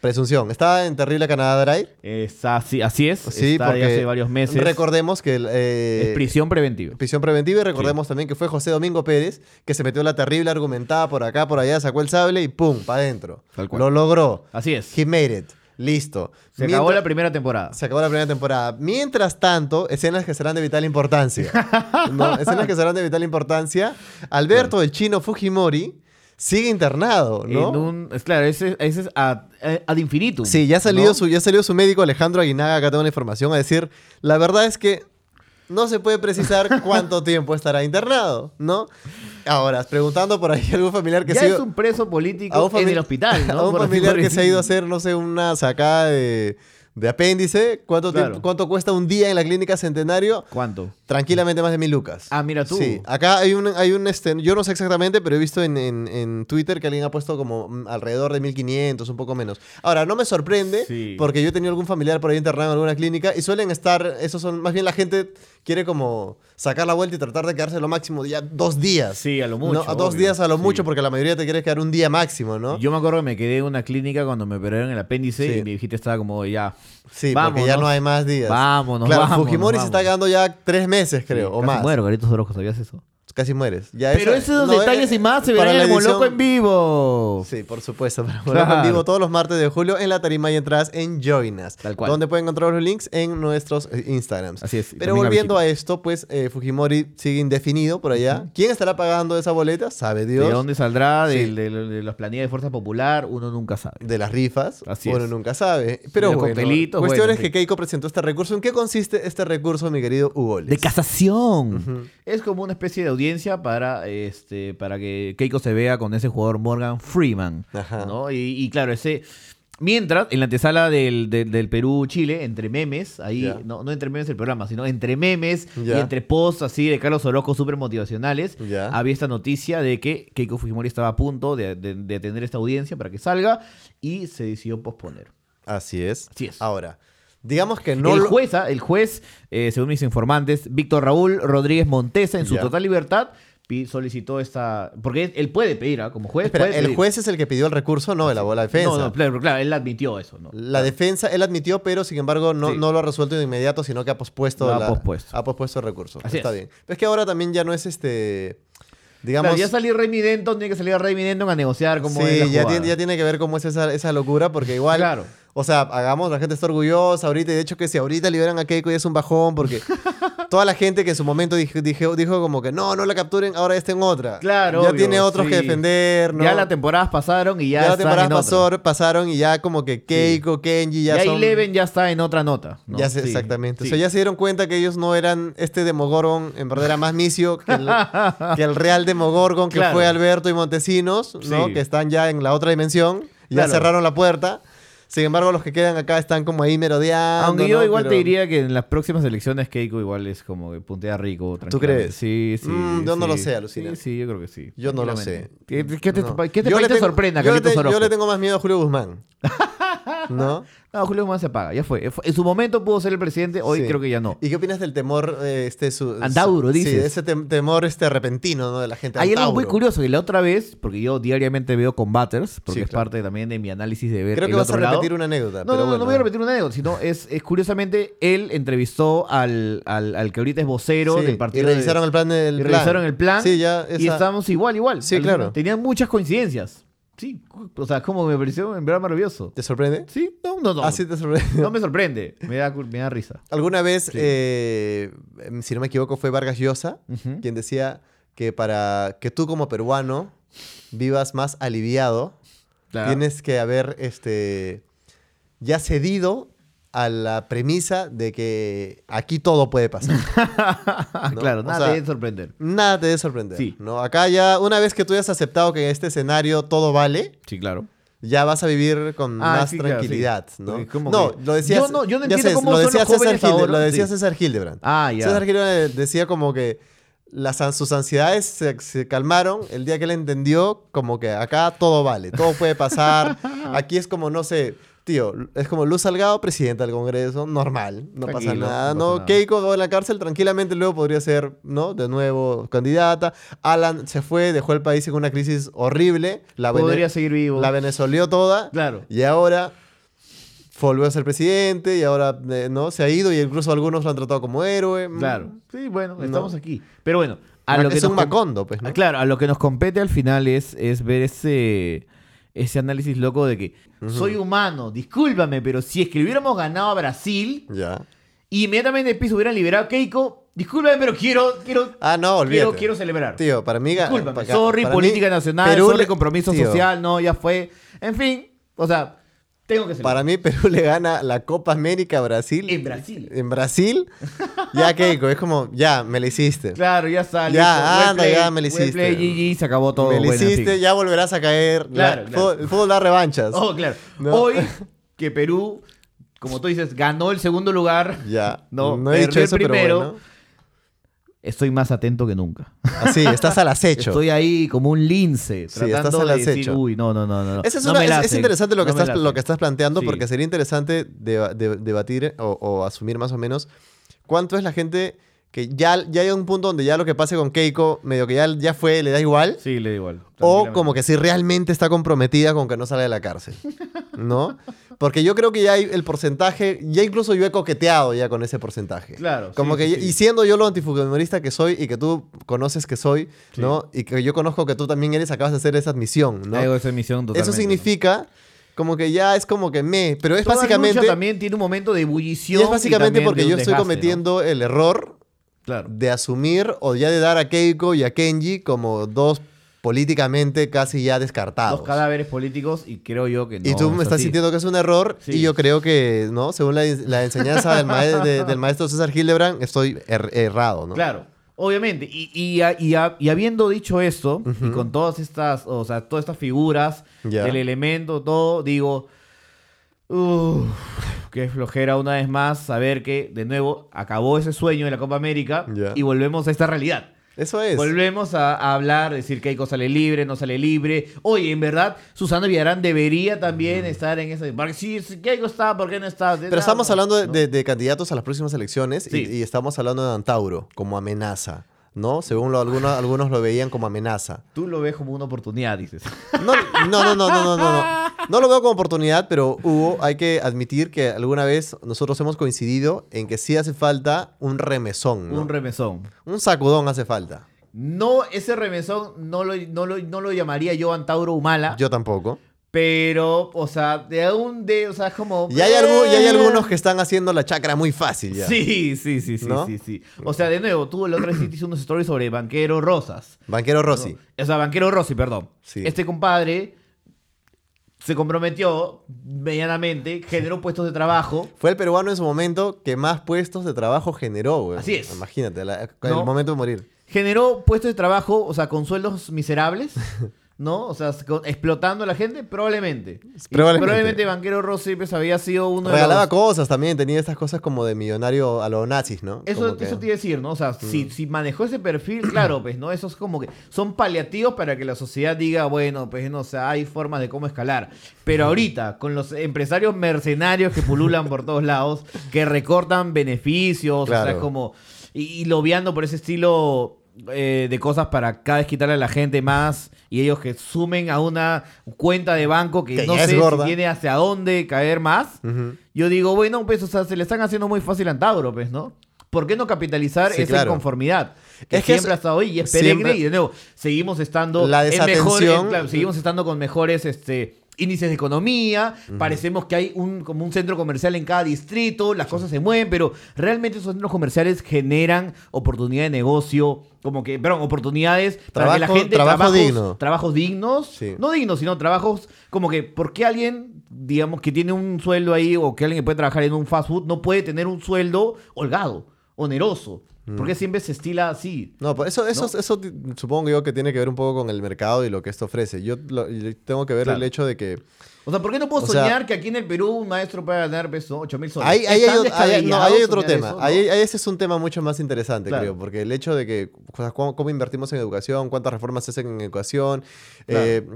Speaker 3: presunción, estaba en terrible Canadá Drive.
Speaker 5: Es así, así es.
Speaker 3: Sí,
Speaker 5: Está de
Speaker 3: porque
Speaker 5: hace varios meses.
Speaker 3: Recordemos que... el, eh,
Speaker 5: es prisión preventiva.
Speaker 3: prisión preventiva y recordemos también que fue José Domingo Pérez que se metió la terrible argumentada por acá, por allá, sacó el sable y ¡pum! para adentro.
Speaker 5: Tal cual.
Speaker 3: Lo logró.
Speaker 5: Así es.
Speaker 3: He made it. Listo.
Speaker 5: Se acabó
Speaker 3: Mientras-
Speaker 5: la primera temporada.
Speaker 3: se acabó la primera temporada. Mientras tanto, escenas que serán de vital importancia. ¿no? Escenas que serán de vital importancia. Alberto, el chino Fujimori, sigue internado, ¿no?
Speaker 5: En un, es claro, ese, ese es ad, eh, ad infinitum.
Speaker 3: Sí, ya ha salido,
Speaker 5: ¿no?
Speaker 3: su, ya ha salido su médico Alejandro Aguinaga, acá tengo la información, a decir, la verdad es que no se puede precisar cuánto tiempo estará internado, ¿no? Ahora, preguntando por ahí a algún familiar que
Speaker 5: ya
Speaker 3: se ha
Speaker 5: es
Speaker 3: ido-
Speaker 5: un preso político en
Speaker 3: fami-
Speaker 5: el hospital, ¿no?
Speaker 3: a un
Speaker 5: Por así
Speaker 3: familiar que
Speaker 5: decir.
Speaker 3: se ha ido a hacer, no sé, una sacada de, de apéndice, ¿cuánto,
Speaker 5: Claro.
Speaker 3: tiempo- ¿cuánto cuesta un día en la clínica Centenario?
Speaker 5: ¿Cuánto?
Speaker 3: Tranquilamente más de mil lucas.
Speaker 5: Ah, mira tú.
Speaker 3: Sí, acá hay un, hay un este, yo no sé exactamente, pero he visto en, en- en Twitter que alguien ha puesto como mm, alrededor de 1500, un poco menos. Ahora, no me sorprende,
Speaker 5: Sí.
Speaker 3: porque yo he tenido algún familiar por ahí internado en alguna clínica y suelen estar, esos son, más bien la gente quiere como sacar la vuelta y tratar de quedarse lo máximo ya dos días.
Speaker 5: Sí, a lo
Speaker 3: No,
Speaker 5: mucho,
Speaker 3: a dos
Speaker 5: obvio.
Speaker 3: días a lo
Speaker 5: Sí.
Speaker 3: mucho, porque la mayoría te quiere quedar un día máximo, ¿no?
Speaker 5: Yo me acuerdo que me quedé en una clínica cuando me operaron el apéndice
Speaker 3: Sí.
Speaker 5: y mi viejita estaba como ya.
Speaker 3: Sí, porque ya
Speaker 5: vámonos.
Speaker 3: no hay más días.
Speaker 5: Vámonos,
Speaker 3: Claro,
Speaker 5: vámonos,
Speaker 3: Fujimori se
Speaker 5: vámonos.
Speaker 3: está quedando ya tres meses, creo, o
Speaker 5: Casi
Speaker 3: más.
Speaker 5: Muero, Garitos Orozco, ¿sabías eso?
Speaker 3: Pues Casi mueres. Ya
Speaker 2: Pero
Speaker 3: eso-
Speaker 2: esos
Speaker 3: no,
Speaker 2: detalles
Speaker 3: eh,
Speaker 2: y más se
Speaker 3: para
Speaker 2: verán
Speaker 3: la
Speaker 2: en
Speaker 3: edición-
Speaker 2: Moloco en vivo.
Speaker 3: Sí, por supuesto. Para
Speaker 5: Claro.
Speaker 3: Moloco en vivo todos los martes de julio en la tarima y entradas en Join Us.
Speaker 5: Tal cual.
Speaker 3: Donde pueden encontrar los links en nuestros eh, Instagrams.
Speaker 5: Así es, y
Speaker 3: Pero
Speaker 5: también la
Speaker 3: volviendo a esto, pues eh, Fujimori sigue indefinido por allá. ¿Quién estará pagando esa boleta? Sabe Dios.
Speaker 5: ¿De dónde saldrá?
Speaker 3: Sí.
Speaker 5: Del- del- De, las planillas de Fuerza Popular, uno nunca sabe.
Speaker 3: De las rifas,
Speaker 5: Así
Speaker 3: uno
Speaker 5: es.
Speaker 3: nunca sabe. Pero
Speaker 5: los
Speaker 3: bueno,
Speaker 5: coctelitos,
Speaker 3: cuestión
Speaker 5: bueno,
Speaker 3: es que
Speaker 5: sí.
Speaker 3: Keiko presentó este recurso. ¿En qué consiste este recurso, mi querido Hugo?
Speaker 5: De
Speaker 3: Oles?
Speaker 5: casación. Es como una especie de audiencia para este para que Keiko se vea con ese jugador Morgan Freeman.
Speaker 3: Ajá.
Speaker 5: ¿no? Y, y claro, ese. Mientras, en la antesala del, del- del Perú-Chile, entre memes, ahí,
Speaker 3: Ya.
Speaker 5: no, no entre memes el programa, sino entre memes
Speaker 3: Ya.
Speaker 5: y entre posts así de Carlos Orozco súper motivacionales,
Speaker 3: Ya.
Speaker 5: había esta noticia de que Keiko Fujimori estaba a punto de, de- de tener esta audiencia para que salga y se decidió posponer.
Speaker 3: Así es.
Speaker 5: Así es.
Speaker 3: Ahora, digamos que no
Speaker 5: el
Speaker 3: lo-
Speaker 5: juez, ah, el juez eh, según mis informantes, Víctor Raúl Rodríguez Montesa, en su
Speaker 3: Ya.
Speaker 5: total libertad,
Speaker 2: pi- solicitó esta. Porque él puede pedir, ¿ah? como juez.
Speaker 3: Espera,
Speaker 2: puede
Speaker 3: ¿el
Speaker 2: pedir.
Speaker 3: juez es el que pidió el recurso? No, elaboró la defensa.
Speaker 2: No, no, claro, claro, él admitió eso, ¿no?
Speaker 3: La defensa, él admitió, pero sin embargo no,
Speaker 2: Sí.
Speaker 3: no lo ha resuelto de inmediato, sino que ha pospuesto,
Speaker 2: Lo ha
Speaker 3: la-
Speaker 2: pospuesto.
Speaker 3: ha pospuesto el recurso.
Speaker 2: Así
Speaker 3: Está
Speaker 2: es.
Speaker 3: bien. Pero es que ahora también ya no es este. Digamos.
Speaker 2: Claro, ya salió Remy Denton, tiene que salir Remy Denton a negociar como
Speaker 3: sí, ya tiene, ya tiene que ver cómo es esa, esa locura, porque igual.
Speaker 2: Claro.
Speaker 3: O sea, hagamos, la gente está orgullosa ahorita, y de hecho que si ahorita liberan a Keiko ya es un bajón, porque toda la gente que en su momento dije- dije- dijo como que no, no la capturen, ahora está en otra.
Speaker 2: Claro,
Speaker 3: Ya
Speaker 2: obvio,
Speaker 3: tiene otros que
Speaker 2: sí.
Speaker 3: defender, ¿no?
Speaker 2: Ya las temporadas pasaron y ya,
Speaker 3: Ya la
Speaker 2: están
Speaker 3: temporada
Speaker 2: en otra.
Speaker 3: pasó- pasaron y ya como que Keiko, Kenji ya
Speaker 2: Ya,
Speaker 3: son...
Speaker 2: Eleven ya está en otra nota. ¿no?
Speaker 3: Ya sé,
Speaker 2: Sí,
Speaker 3: exactamente.
Speaker 2: sí.
Speaker 3: O sea, ya se dieron cuenta que ellos no eran este Demogorgon, en verdad era más misio que el, que el real Demogorgon que
Speaker 2: Claro.
Speaker 3: fue Alberto y Montesinos, ¿no?
Speaker 2: Sí.
Speaker 3: Que están ya en la otra dimensión, ya
Speaker 2: Claro.
Speaker 3: cerraron la puerta. Sin embargo, los que quedan acá están como ahí merodeando.
Speaker 2: Aunque yo
Speaker 3: ¿no?
Speaker 2: igual te
Speaker 3: Pero-
Speaker 2: diría que en las próximas elecciones Keiko igual es como que puntea rico. tranquilamente.
Speaker 3: crees?
Speaker 2: Sí, sí.
Speaker 3: Mm, yo no
Speaker 2: sí.
Speaker 3: lo sé, alucina.
Speaker 2: Sí, sí, yo creo que sí.
Speaker 3: Yo no lo sé.
Speaker 2: tranquilamente. ¿Qué, qué te,
Speaker 3: No.
Speaker 2: qué te,
Speaker 3: Yo
Speaker 2: qué
Speaker 3: le
Speaker 2: te
Speaker 3: tengo-
Speaker 2: sorprenda,
Speaker 3: yo le,
Speaker 2: Carlitos
Speaker 3: te- yo
Speaker 2: Orozco?
Speaker 3: le tengo más miedo a Julio Guzmán. ¿No?
Speaker 2: No, Julio Guzmán se apaga, ya fue. Fue- En su momento pudo ser el presidente, hoy
Speaker 3: Sí.
Speaker 2: creo que ya no.
Speaker 3: ¿Y qué opinas del temor eh, este su,
Speaker 2: Andauro,
Speaker 3: su- Sí,
Speaker 2: dices.
Speaker 3: ese tem- temor este repentino, ¿no? De la gente
Speaker 2: Hay algo
Speaker 3: Andauro.
Speaker 2: muy curioso, y la otra vez, porque yo diariamente veo combaters, porque
Speaker 3: Sí,
Speaker 2: es
Speaker 3: claro.
Speaker 2: parte también de mi análisis de ver
Speaker 3: Creo
Speaker 2: el
Speaker 3: que vas a
Speaker 2: otro lado.
Speaker 3: repetir una anécdota.
Speaker 2: No,
Speaker 3: pero
Speaker 2: no, no, no
Speaker 3: bueno.
Speaker 2: voy a repetir una anécdota, sino es, es curiosamente él entrevistó al, al, al que ahorita es vocero
Speaker 3: Sí,
Speaker 2: del partido.
Speaker 3: Y
Speaker 2: de-
Speaker 3: revisaron el plan del
Speaker 2: y
Speaker 3: plan.
Speaker 2: revisaron el plan.
Speaker 3: Sí, ya.
Speaker 2: Y
Speaker 3: esa-
Speaker 2: estábamos igual, igual.
Speaker 3: Sí,
Speaker 2: Alucina.
Speaker 3: claro.
Speaker 2: Tenían muchas coincidencias. Sí, o sea, como me pareció en verdad maravilloso.
Speaker 3: ¿Te sorprende?
Speaker 2: Sí, no, no, no.
Speaker 3: Ah, sí te sorprende.
Speaker 2: No me sorprende, me da, cul- me da risa.
Speaker 3: Alguna vez, eh, si no me equivoco, fue Vargas Llosa quien decía que para que tú como peruano vivas más aliviado,
Speaker 2: Claro.
Speaker 3: tienes que haber este, ya cedido a la premisa de que aquí todo puede pasar.
Speaker 2: Ah,
Speaker 3: ¿no?
Speaker 2: claro,
Speaker 3: O
Speaker 2: nada
Speaker 3: sea,
Speaker 2: de sorprender.
Speaker 3: Nada te debe sorprender.
Speaker 2: Sí.
Speaker 3: ¿no? Acá ya, una vez que tú hayas aceptado que en este escenario todo vale,
Speaker 2: Sí, claro.
Speaker 3: ya vas a vivir con
Speaker 2: Ah,
Speaker 3: más
Speaker 2: sí, claro,
Speaker 3: tranquilidad,
Speaker 2: sí.
Speaker 3: ¿no?
Speaker 2: Porque como
Speaker 3: No,
Speaker 2: que-
Speaker 3: lo decías,
Speaker 2: Yo no- yo no
Speaker 3: ya
Speaker 2: entiendo
Speaker 3: sé,
Speaker 2: cómo
Speaker 3: lo
Speaker 2: son los
Speaker 3: decía César
Speaker 2: jóvenes
Speaker 3: Hilde-
Speaker 2: ahora,
Speaker 3: lo decía
Speaker 2: sí.
Speaker 3: César Hildebrand.
Speaker 2: Ah, ya.
Speaker 3: César Hildebrand decía como que las, an- sus ansiedades se, se calmaron el día que él entendió como que acá todo vale, todo puede pasar. Aquí es como, no sé, tío, es como Luz Salgado, presidenta del Congreso, normal, no pasa
Speaker 2: Tranquilo,
Speaker 3: nada,
Speaker 2: no
Speaker 3: ¿no?
Speaker 2: pasa nada.
Speaker 3: Keiko va a la cárcel tranquilamente, luego podría ser, ¿no? De nuevo candidata. Alan se fue, dejó el país en una crisis horrible. La vene-
Speaker 2: Podría seguir vivo.
Speaker 3: La venezolió toda.
Speaker 2: Claro.
Speaker 3: Y ahora volvió a ser presidente y ahora, eh, ¿no? Se ha ido y incluso algunos lo han tratado como héroe. Mm.
Speaker 2: Claro. Sí, bueno, estamos aquí. Pero bueno, a
Speaker 3: Ma-
Speaker 2: lo que
Speaker 3: es un
Speaker 2: nos com-
Speaker 3: macondo, pues, ¿no?
Speaker 2: Ah, Claro, a lo que nos compete al final es, es ver ese, ese análisis loco de que soy humano, discúlpame, pero si es que hubiéramos ganado a Brasil
Speaker 3: Ya.
Speaker 2: y inmediatamente el piso hubieran liberado a Keiko, discúlpame, pero quiero, quiero,
Speaker 3: Ah, no, olvídate.
Speaker 2: quiero, quiero celebrar.
Speaker 3: Tío, para mí... ga-
Speaker 2: Discúlpame,
Speaker 3: para-
Speaker 2: sorry,
Speaker 3: para mí,
Speaker 2: política nacional,
Speaker 3: Perú
Speaker 2: sorry,
Speaker 3: le-
Speaker 2: compromiso
Speaker 3: tío,
Speaker 2: social, no, ya fue. En fin, o sea, tengo que celebrar.
Speaker 3: Para mí Perú le gana la Copa América a Brasil.
Speaker 2: En Brasil.
Speaker 3: En Brasil. ya, Keiko, es como, ya, me la hiciste.
Speaker 2: Claro, ya está.
Speaker 3: Ya,
Speaker 2: Well
Speaker 3: anda, ya me lo
Speaker 2: well play,
Speaker 3: hiciste.
Speaker 2: GG, se acabó todo.
Speaker 3: me la
Speaker 2: bueno, sí.
Speaker 3: hiciste, ya volverás a caer. La-
Speaker 2: Claro,
Speaker 3: el
Speaker 2: claro.
Speaker 3: fútbol- El fútbol da revanchas.
Speaker 2: Oh, claro.
Speaker 3: No.
Speaker 2: Hoy que Perú, como tú dices, ganó el segundo lugar.
Speaker 3: Ya.
Speaker 2: No,
Speaker 3: No, he dicho
Speaker 2: perdió el
Speaker 3: eso,
Speaker 2: primero.
Speaker 3: pero bueno.
Speaker 2: Estoy más atento que nunca.
Speaker 3: Así, estás al acecho.
Speaker 2: Estoy ahí como un lince
Speaker 3: Sí,
Speaker 2: tratando
Speaker 3: estás al
Speaker 2: de decir,
Speaker 3: acecho.
Speaker 2: uy, no, no, no, no. no,
Speaker 3: Esa es,
Speaker 2: no
Speaker 3: una-
Speaker 2: me la
Speaker 3: es- es
Speaker 2: hacen,
Speaker 3: interesante lo que,
Speaker 2: no me
Speaker 3: estás,
Speaker 2: la
Speaker 3: lo
Speaker 2: hacen".
Speaker 3: que estás planteando
Speaker 2: Sí.
Speaker 3: porque sería interesante deba- de- debatir o, o asumir más o menos cuánto es la gente que ya, ya hay un punto donde ya lo que pase con Keiko, medio que ya, ya fue, le da igual.
Speaker 2: Sí, le da igual.
Speaker 3: O
Speaker 2: tranquilamente.
Speaker 3: como que si realmente está comprometida con que no salga de la cárcel, ¿no? Porque yo creo que ya hay el porcentaje, ya incluso yo he coqueteado ya con ese porcentaje.
Speaker 2: Claro,
Speaker 3: Como
Speaker 2: sí,
Speaker 3: que
Speaker 2: sí,
Speaker 3: ya-
Speaker 2: sí.
Speaker 3: y siendo yo lo antifujimorista que soy y que tú conoces que soy, ¿no? Y que yo conozco que tú también eres, acabas de hacer esa admisión, ¿no?
Speaker 2: Algo de esa emisión
Speaker 3: Eso
Speaker 2: totalmente, ¿no?
Speaker 3: significa como que ya es como que me, pero es
Speaker 2: Toda
Speaker 3: básicamente
Speaker 2: lucha también tiene un momento de
Speaker 3: y
Speaker 2: ebullición.
Speaker 3: es básicamente
Speaker 2: también
Speaker 3: porque
Speaker 2: de un
Speaker 3: yo estoy
Speaker 2: desgaste, ¿no?
Speaker 3: cometiendo el error
Speaker 2: Claro.
Speaker 3: de asumir o ya de dar a Keiko y a Kenji como dos políticamente casi ya descartados.
Speaker 2: Dos cadáveres políticos y creo yo que no.
Speaker 3: y tú
Speaker 2: es
Speaker 3: me estás
Speaker 2: así.
Speaker 3: sintiendo que es un error
Speaker 2: Sí.
Speaker 3: y yo creo que, ¿no? Según la, la enseñanza del, mae- de- del maestro César Hildebrand, estoy er- errado, ¿no?
Speaker 2: Claro, obviamente. Y, y, a- y a- y habiendo dicho esto, y con todas estas, o sea, todas estas figuras,
Speaker 3: Ya.
Speaker 2: el elemento, todo, digo, uff, qué flojera una vez más saber que, de nuevo, acabó ese sueño de la Copa América
Speaker 3: Ya.
Speaker 2: y volvemos a esta realidad.
Speaker 3: Eso es.
Speaker 2: Volvemos a, a hablar, decir que Keiko sale libre, no sale libre. Oye, en verdad, Susana Villarán debería también estar en esa. Porque si si Keiko está, ¿por qué no está?
Speaker 3: Pero estamos hablando de, de- de candidatos a las próximas elecciones y-
Speaker 2: Sí.
Speaker 3: y, estamos hablando de Antauro como amenaza. ¿no? Según lo, algunos, algunos lo veían como amenaza.
Speaker 2: Tú lo ves como una oportunidad, dices.
Speaker 3: No, no, no, no, no, no, no. No lo veo como oportunidad, pero Hugo, hay que admitir que alguna vez nosotros hemos coincidido en que sí hace falta un remesón, ¿no?
Speaker 2: Un remesón.
Speaker 3: Un sacudón hace falta.
Speaker 2: No, ese remesón no lo, no lo, no lo llamaría yo Antauro Humala.
Speaker 3: Yo tampoco.
Speaker 2: Pero, o sea, de aún de, o sea, es como. eh.
Speaker 3: Y hay, algu- y hay algunos que están haciendo la chacra muy fácil ya.
Speaker 2: Sí, sí, sí, sí,
Speaker 3: ¿No?
Speaker 2: sí, sí. O sea, de nuevo, tú el otro día hiciste unos stories sobre Banquero Rosas.
Speaker 3: Banquero Rossi.
Speaker 2: O sea, Banquero Rossi, perdón.
Speaker 3: Sí.
Speaker 2: Este compadre se comprometió medianamente, generó puestos de trabajo.
Speaker 3: Fue el peruano en su momento que más puestos de trabajo generó, güey.
Speaker 2: Así es.
Speaker 3: Imagínate, la-
Speaker 2: ¿No?
Speaker 3: el momento de morir.
Speaker 2: Generó puestos de trabajo, o sea, con sueldos miserables, ¿no? O sea, con- explotando a la gente, probablemente. Y
Speaker 3: Probablemente.
Speaker 2: Banquero Rossi pues, había sido uno de
Speaker 3: Regalaba
Speaker 2: los-
Speaker 3: cosas también, tenía estas cosas como de millonario a los nazis, ¿no?
Speaker 2: Eso,
Speaker 3: Como que- Mm.
Speaker 2: eso te iba a decir, ¿no? O sea, si, si manejó ese perfil, claro, pues, ¿no? Eso es como que son paliativos para que la sociedad diga, bueno, pues, no, o sea, hay formas de cómo escalar. Pero ahorita, con los empresarios mercenarios que pululan por todos lados, que recortan beneficios, o sea,
Speaker 3: Claro.
Speaker 2: como... Y, y lobeando por ese estilo eh, de cosas para cada vez quitarle a la gente más y ellos que sumen a una cuenta de banco que,
Speaker 3: Que
Speaker 2: no
Speaker 3: ya es
Speaker 2: sé si
Speaker 3: gorda.
Speaker 2: tiene hacia dónde caer más.
Speaker 3: Ujú.
Speaker 2: Yo digo, bueno, pues, o sea, se le están haciendo muy fácil a Antauro, pues, ¿no? ¿Por qué no capitalizar
Speaker 3: Sí,
Speaker 2: esa
Speaker 3: claro.
Speaker 2: inconformidad? Que
Speaker 3: Es que
Speaker 2: siempre
Speaker 3: es-
Speaker 2: ha estado ahí y es
Speaker 3: siempre-
Speaker 2: peregrine y de nuevo, seguimos estando
Speaker 3: La
Speaker 2: en mejor- en-
Speaker 3: desatención.
Speaker 2: claro, seguimos estando con mejores este índices de economía, parecemos que hay un como un centro comercial en cada distrito, las cosas se mueven, pero realmente esos centros comerciales generan oportunidad de negocio, como que, perdón, oportunidades para que la
Speaker 3: Trabajo-
Speaker 2: gente
Speaker 3: trabajo
Speaker 2: trabajos,
Speaker 3: digno.
Speaker 2: trabajos dignos,
Speaker 3: Sí.
Speaker 2: no dignos, sino trabajos como que, ¿por qué alguien, digamos, que tiene un sueldo ahí o que alguien que puede trabajar en un fast food no puede tener un sueldo holgado, oneroso? ¿Por
Speaker 3: Mm.
Speaker 2: qué siempre se estila así?
Speaker 3: No, pues eso, eso, eso ti- supongo yo que tiene que ver un poco con el mercado y lo que esto ofrece. Yo lo- yo tengo que ver
Speaker 2: Claro.
Speaker 3: el hecho de que
Speaker 2: O sea, ¿por qué no puedo
Speaker 3: O sea-
Speaker 2: soñar que aquí en el Perú un maestro pueda ganar pues, 8 mil soles?
Speaker 3: Ahí,
Speaker 2: ¿Es
Speaker 3: ahí
Speaker 2: tan
Speaker 3: hay, otro- ahí- no,
Speaker 2: descabellado
Speaker 3: ahí hay otro
Speaker 2: soñar
Speaker 3: tema.
Speaker 2: eso, no?
Speaker 3: Ahí, ahí ese es un tema mucho más interesante,
Speaker 2: Claro.
Speaker 3: creo, porque el hecho de que o sea, cómo, cómo invertimos en educación, cuántas reformas se hacen en educación. eh,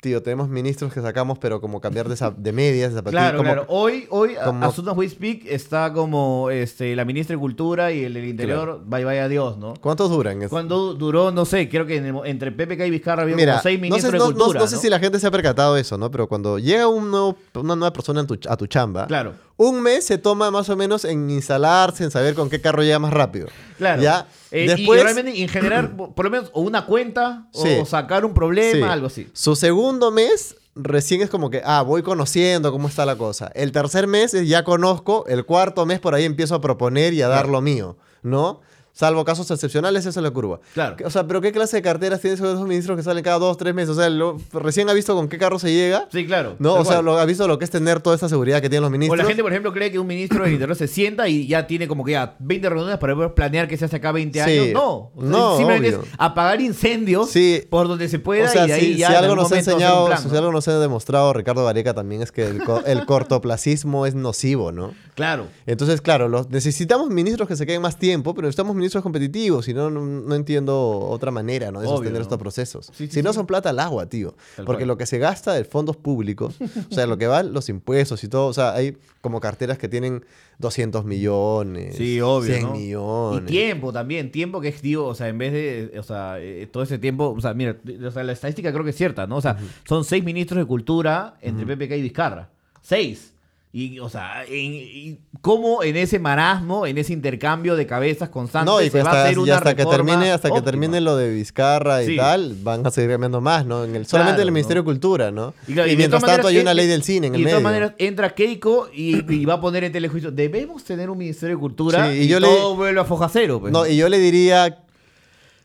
Speaker 3: tío, tenemos ministros que sacamos, pero como cambiar de, sa- de medias, de zapatillas.
Speaker 2: Claro,
Speaker 3: como-
Speaker 2: claro. Hoy, hoy,
Speaker 3: como-
Speaker 2: a Asuna We Speak está como este, la ministra de Cultura y el del Interior, bye bye adiós, ¿no?
Speaker 3: ¿Cuántos duran? Es-
Speaker 2: Cuando duró, no sé, creo que en el mo- entre PPK y Vizcarra había
Speaker 3: Mira,
Speaker 2: como seis
Speaker 3: no sé,
Speaker 2: ministros
Speaker 3: no-
Speaker 2: de
Speaker 3: no-
Speaker 2: cultura.
Speaker 3: no sé si la gente se ha percatado de eso, ¿no? Pero cuando llega un nuevo- una nueva persona en tu ch- a tu chamba,
Speaker 2: Claro.
Speaker 3: un mes se toma más o menos en instalarse, en saber con qué carro llega más rápido.
Speaker 2: Claro.
Speaker 3: ¿Ya?
Speaker 2: Eh,
Speaker 3: Después,
Speaker 2: y realmente en generar, por lo menos, o una cuenta, o
Speaker 3: Sí.
Speaker 2: sacar un problema,
Speaker 3: Sí.
Speaker 2: algo así.
Speaker 3: Su segundo mes recién es como que, ah, voy conociendo cómo está la cosa. El tercer mes es ya conozco, el cuarto mes por ahí empiezo a proponer y a dar lo mío, ¿no? Salvo casos excepcionales, esa es la curva.
Speaker 2: Claro.
Speaker 3: O sea, pero ¿qué clase de carteras tienen esos ministros que salen cada dos, tres meses? O sea, lo- recién ha visto con qué carro se llega.
Speaker 2: Sí, claro.
Speaker 3: No,
Speaker 2: tal
Speaker 3: o sea,
Speaker 2: cual.
Speaker 3: lo, ha visto lo que es tener toda esa seguridad que tienen los
Speaker 2: O
Speaker 3: ministros.
Speaker 2: la gente, por ejemplo, cree que un ministro del Interior se sienta y ya tiene como que ya 20 reuniones para poder planear que se hace acá 20
Speaker 3: Sí.
Speaker 2: años. No. O sea,
Speaker 3: No,
Speaker 2: simplemente
Speaker 3: obvio.
Speaker 2: es apagar incendios
Speaker 3: Sí.
Speaker 2: por donde se
Speaker 3: O
Speaker 2: pueda
Speaker 3: sea,
Speaker 2: y de
Speaker 3: si,
Speaker 2: ahí ya
Speaker 3: si
Speaker 2: en
Speaker 3: algo
Speaker 2: algún
Speaker 3: nos ha
Speaker 2: momento hacer un
Speaker 3: enseñado,
Speaker 2: plan,
Speaker 3: si
Speaker 2: ¿no?
Speaker 3: algo nos ha demostrado Ricardo Vareca también es que el, co- el cortoplacismo es nocivo, ¿no?
Speaker 2: Claro.
Speaker 3: Entonces, claro, los, necesitamos ministros que se queden más tiempo, pero necesitamos ministros competitivos. Si no, no, no entiendo otra manera ¿no? de
Speaker 2: Obvio,
Speaker 3: sostener
Speaker 2: ¿no?
Speaker 3: estos procesos.
Speaker 2: Sí, sí,
Speaker 3: si no,
Speaker 2: sí.
Speaker 3: son plata al agua, tío.
Speaker 2: Tal
Speaker 3: Porque
Speaker 2: cual.
Speaker 3: lo que se gasta de fondos públicos, o sea, lo que van los impuestos y todo, o sea, hay como carteras que tienen 200 millones,
Speaker 2: Sí, obvio.
Speaker 3: 100
Speaker 2: ¿no?
Speaker 3: millones.
Speaker 2: Y tiempo también, tiempo que es, digo, o sea, en vez de, o sea, eh, todo ese tiempo, o sea, mira, o sea, la estadística creo que es cierta, ¿no? O sea, son seis ministros de cultura entre PPK y Vizcarra. Seis. Y, o sea, en, y ¿cómo en ese marasmo, en ese intercambio de cabezas constante
Speaker 3: No, y pues
Speaker 2: se
Speaker 3: hasta,
Speaker 2: va a hacer
Speaker 3: y
Speaker 2: una
Speaker 3: hasta que
Speaker 2: reforma
Speaker 3: termine, hasta que
Speaker 2: óptima?
Speaker 3: termine lo de Vizcarra y
Speaker 2: Sí.
Speaker 3: tal, van a seguir cambiando más, ¿no? En el, solamente en
Speaker 2: Claro,
Speaker 3: el
Speaker 2: ¿no?
Speaker 3: Ministerio de Cultura, ¿no? Y,
Speaker 2: claro, de
Speaker 3: mientras
Speaker 2: todas
Speaker 3: tanto hay
Speaker 2: maneras,
Speaker 3: una
Speaker 2: eh,
Speaker 3: ley del cine en
Speaker 2: y
Speaker 3: el
Speaker 2: de todas
Speaker 3: medio.
Speaker 2: maneras entra Keiko y, y va a poner en telejuicio, debemos tener un Ministerio de Cultura y,
Speaker 3: Sí, y yo le-
Speaker 2: todo vuelve a foja cero. pues.
Speaker 3: No, y yo le diría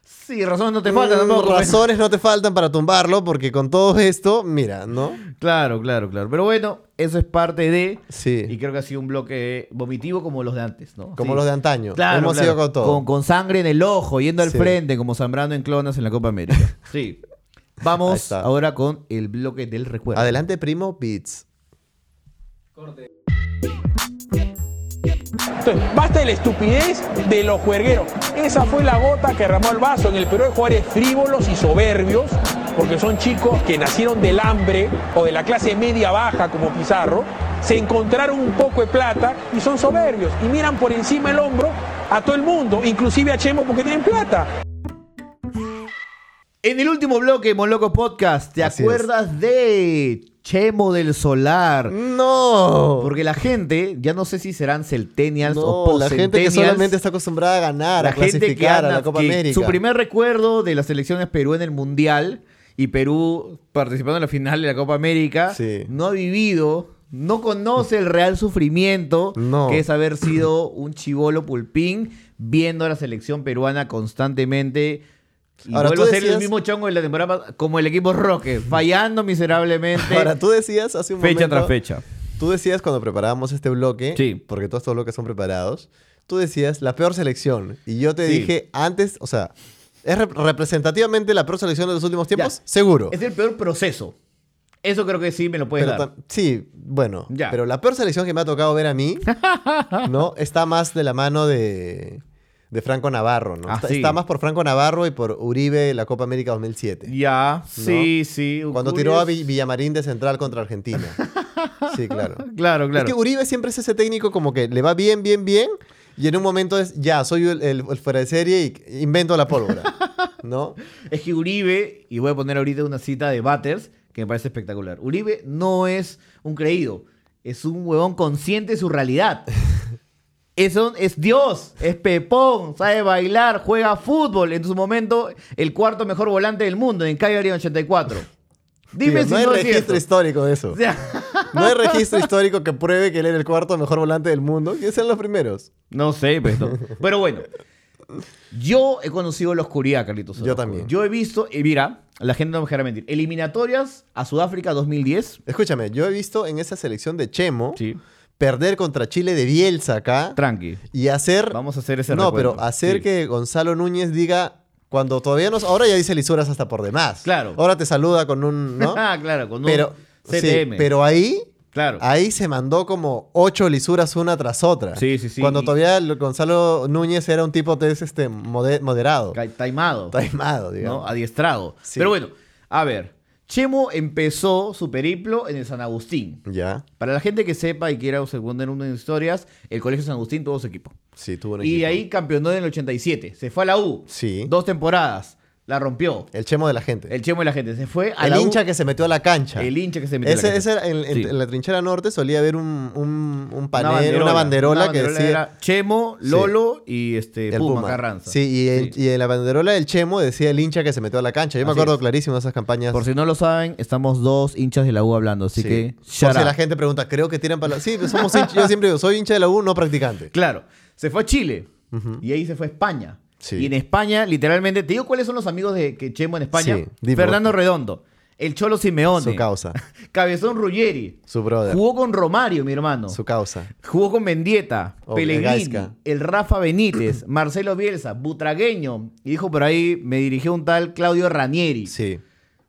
Speaker 2: sí, razones no te faltan.
Speaker 3: Mm,
Speaker 2: tampoco, pues.
Speaker 3: razones no te faltan para tumbarlo, porque con todo esto, mira, ¿no?
Speaker 2: Claro, claro, claro. Pero bueno, eso es parte de.
Speaker 3: Sí.
Speaker 2: Y creo que ha sido un bloque vomitivo como los de antes, ¿no?
Speaker 3: Como
Speaker 2: Sí.
Speaker 3: los de antaño.
Speaker 2: Claro,
Speaker 3: Hemos
Speaker 2: claro.
Speaker 3: ido con todo.
Speaker 2: Con, con sangre en el ojo, yendo al
Speaker 3: Sí.
Speaker 2: frente, como Zambrano en Clonas en la Copa América. Sí.
Speaker 3: Ahí
Speaker 2: Vamos
Speaker 3: está.
Speaker 2: ahora con el bloque del recuerdo.
Speaker 3: Adelante, primo Beats.
Speaker 7: Entonces, basta de la estupidez de los juergueros. Esa fue la gota que derramó el vaso. En el Perú hay jugadores frívolos y soberbios, porque son chicos que nacieron del hambre o de la clase media baja como Pizarro, se encontraron un poco de plata y son soberbios. Y miran por encima el hombro a todo el mundo, inclusive a Chemo porque tienen plata.
Speaker 2: En el último bloque, Moloco Podcast, ¿te
Speaker 3: Así es.
Speaker 2: acuerdas de Chemo del Solar?
Speaker 3: No.
Speaker 2: Porque la gente, ya no sé si serán celtenials o
Speaker 3: no, la
Speaker 2: postcentennials.
Speaker 3: gente que solamente está acostumbrada a ganar, a clasificar a
Speaker 2: anda-
Speaker 3: la Copa
Speaker 2: que
Speaker 3: América.
Speaker 2: Su primer recuerdo de la selección es Perú en el Mundial y Perú participando en la final de la Copa América.
Speaker 3: Sí.
Speaker 2: No ha vivido, no conoce el real sufrimiento
Speaker 3: No.
Speaker 2: que es haber sido un chivolo pulpín viendo a la selección peruana constantemente. Y
Speaker 3: Ahora,
Speaker 2: vuelvo
Speaker 3: tú
Speaker 2: a ser el
Speaker 3: decías-
Speaker 2: mismo chongo de la temporada pas- como el equipo Roque, fallando miserablemente
Speaker 3: Ahora, tú decías hace un
Speaker 5: Fecha
Speaker 3: momento...
Speaker 5: tras fecha.
Speaker 3: Tú decías cuando preparábamos este bloque,
Speaker 5: Sí.
Speaker 3: porque todos estos bloques son preparados, tú decías la peor selección. Y yo te
Speaker 5: Sí.
Speaker 3: dije antes, o sea, ¿es rep- representativamente la peor selección de los últimos tiempos? Seguro.
Speaker 2: Es el peor proceso. Eso creo que sí me lo puedes
Speaker 3: Pero
Speaker 2: dar.
Speaker 3: tam- sí, bueno.
Speaker 2: Ya.
Speaker 3: Pero la peor selección que me ha tocado ver a mí, ¿no? Está más de la mano de, de Franco Navarro, ¿no?
Speaker 2: Ah,
Speaker 3: está,
Speaker 2: sí.
Speaker 3: está más por Franco Navarro y por Uribe la Copa América 2007.
Speaker 2: Ya, sí, sí.
Speaker 3: Cuando
Speaker 2: Ucurias.
Speaker 3: tiró a Vi- Villamarín de central contra Argentina. Sí, claro.
Speaker 2: Claro, claro.
Speaker 3: Es que Uribe siempre es ese técnico como que le va bien, bien, bien. Y en un momento es, ya, soy el, el- el fuera de serie y invento la pólvora. ¿No?
Speaker 2: Es que Uribe, y voy a poner ahorita una cita de Batters, que me parece espectacular. Uribe no es un creído, es un huevón consciente de su realidad. Eso es Dios, es pepón, sabe bailar, juega fútbol. En su momento, el cuarto mejor volante del mundo en Cagliari en 84. Dime
Speaker 3: Tío,
Speaker 2: si
Speaker 3: no
Speaker 2: no,
Speaker 3: hay
Speaker 2: es
Speaker 3: registro este.
Speaker 2: cierto.
Speaker 3: histórico de eso.
Speaker 2: O sea,
Speaker 3: No hay registro histórico que pruebe que él era el cuarto mejor volante del mundo. ¿Quiénes eran los primeros?
Speaker 2: No sé, pues, no. pero bueno. Yo he conocido la oscuridad, Carlitos.
Speaker 3: Yo también.
Speaker 2: Yo he visto, y mira, la gente no me dejará mentir. Eliminatorias a Sudáfrica 2010.
Speaker 3: Escúchame, yo he visto en esa selección de Chemo
Speaker 2: Sí.
Speaker 3: perder contra Chile de Bielsa acá
Speaker 2: Tranqui.
Speaker 3: y hacer...
Speaker 2: Vamos a hacer ese
Speaker 3: No,
Speaker 2: recuento.
Speaker 3: pero hacer
Speaker 2: Sí.
Speaker 3: que Gonzalo Núñez diga cuando todavía no... Ahora ya dice lisuras hasta por demás.
Speaker 2: Claro.
Speaker 3: Ahora te saluda con un... ¿no?
Speaker 2: ah, claro, con un
Speaker 3: Pero, sí,
Speaker 2: CTM.
Speaker 3: pero ahí,
Speaker 2: claro.
Speaker 3: ahí se mandó como ocho lisuras una tras otra.
Speaker 2: Sí, sí, sí.
Speaker 3: Cuando
Speaker 2: Y-
Speaker 3: todavía el Gonzalo Núñez era un tipo de este, mode- moderado,
Speaker 2: Ca- Taimado.
Speaker 3: taimado, digamos.
Speaker 2: ¿no? Adiestrado.
Speaker 3: Sí.
Speaker 2: Pero bueno, a ver. Chemo empezó su periplo en el San Agustín.
Speaker 3: Ya,
Speaker 2: Para la gente que sepa y quiera secundar una de historias, el Colegio San Agustín tuvo su equipo.
Speaker 3: sí, tuvo un
Speaker 2: Y de
Speaker 3: equipo.
Speaker 2: ahí campeonó en el 87. Se fue a la U.
Speaker 3: Sí.
Speaker 2: Dos temporadas. La rompió.
Speaker 3: El chemo de la gente.
Speaker 2: El
Speaker 3: El,
Speaker 2: chemo de la gente. Se fue a la
Speaker 3: hincha
Speaker 2: U.
Speaker 3: que se metió a la cancha.
Speaker 2: El hincha que se metió a la
Speaker 3: Ese-
Speaker 2: cancha.
Speaker 3: ese era- en, en-
Speaker 2: Sí.
Speaker 3: en la trinchera norte solía haber un, un, un panel, una banderola,
Speaker 2: una
Speaker 3: que
Speaker 2: banderola
Speaker 3: decía...
Speaker 2: era Chemo, Lolo y este
Speaker 3: El
Speaker 2: Puma,
Speaker 3: Puma.
Speaker 2: Carranza.
Speaker 3: Sí, y, en-
Speaker 2: Sí.
Speaker 3: y en la banderola del Chemo decía el hincha que se metió a la cancha. Yo me
Speaker 2: Así
Speaker 3: acuerdo
Speaker 2: es.
Speaker 3: clarísimo de esas campañas.
Speaker 2: Por si no lo saben, estamos dos hinchas de la U hablando, así
Speaker 3: Sí.
Speaker 2: que
Speaker 3: Por
Speaker 2: shut
Speaker 3: si
Speaker 2: up.
Speaker 3: la gente pregunta, creo que tiran para la... Sí, pues somos hincha- yo siempre digo, soy hincha de la U, no practicante.
Speaker 2: Claro, se fue a Chile y ahí se fue a España.
Speaker 3: Sí.
Speaker 2: Y en España, literalmente, te digo cuáles son los amigos de que Chemo en España.
Speaker 3: Sí, dime,
Speaker 2: Fernando
Speaker 3: por
Speaker 2: Redondo, el Cholo Simeone,
Speaker 3: Su causa.
Speaker 2: Cabezón Ruggeri,
Speaker 3: Su brother.
Speaker 2: jugó con Romario, mi hermano.
Speaker 3: Su causa.
Speaker 2: Jugó con Mendieta,
Speaker 3: O
Speaker 2: Pellegrini,
Speaker 3: Gaisca.
Speaker 2: el Rafa Benítez, Marcelo Bielsa, Butragueño. Y dijo por ahí, me dirigió un tal Claudio Ranieri,
Speaker 3: Sí.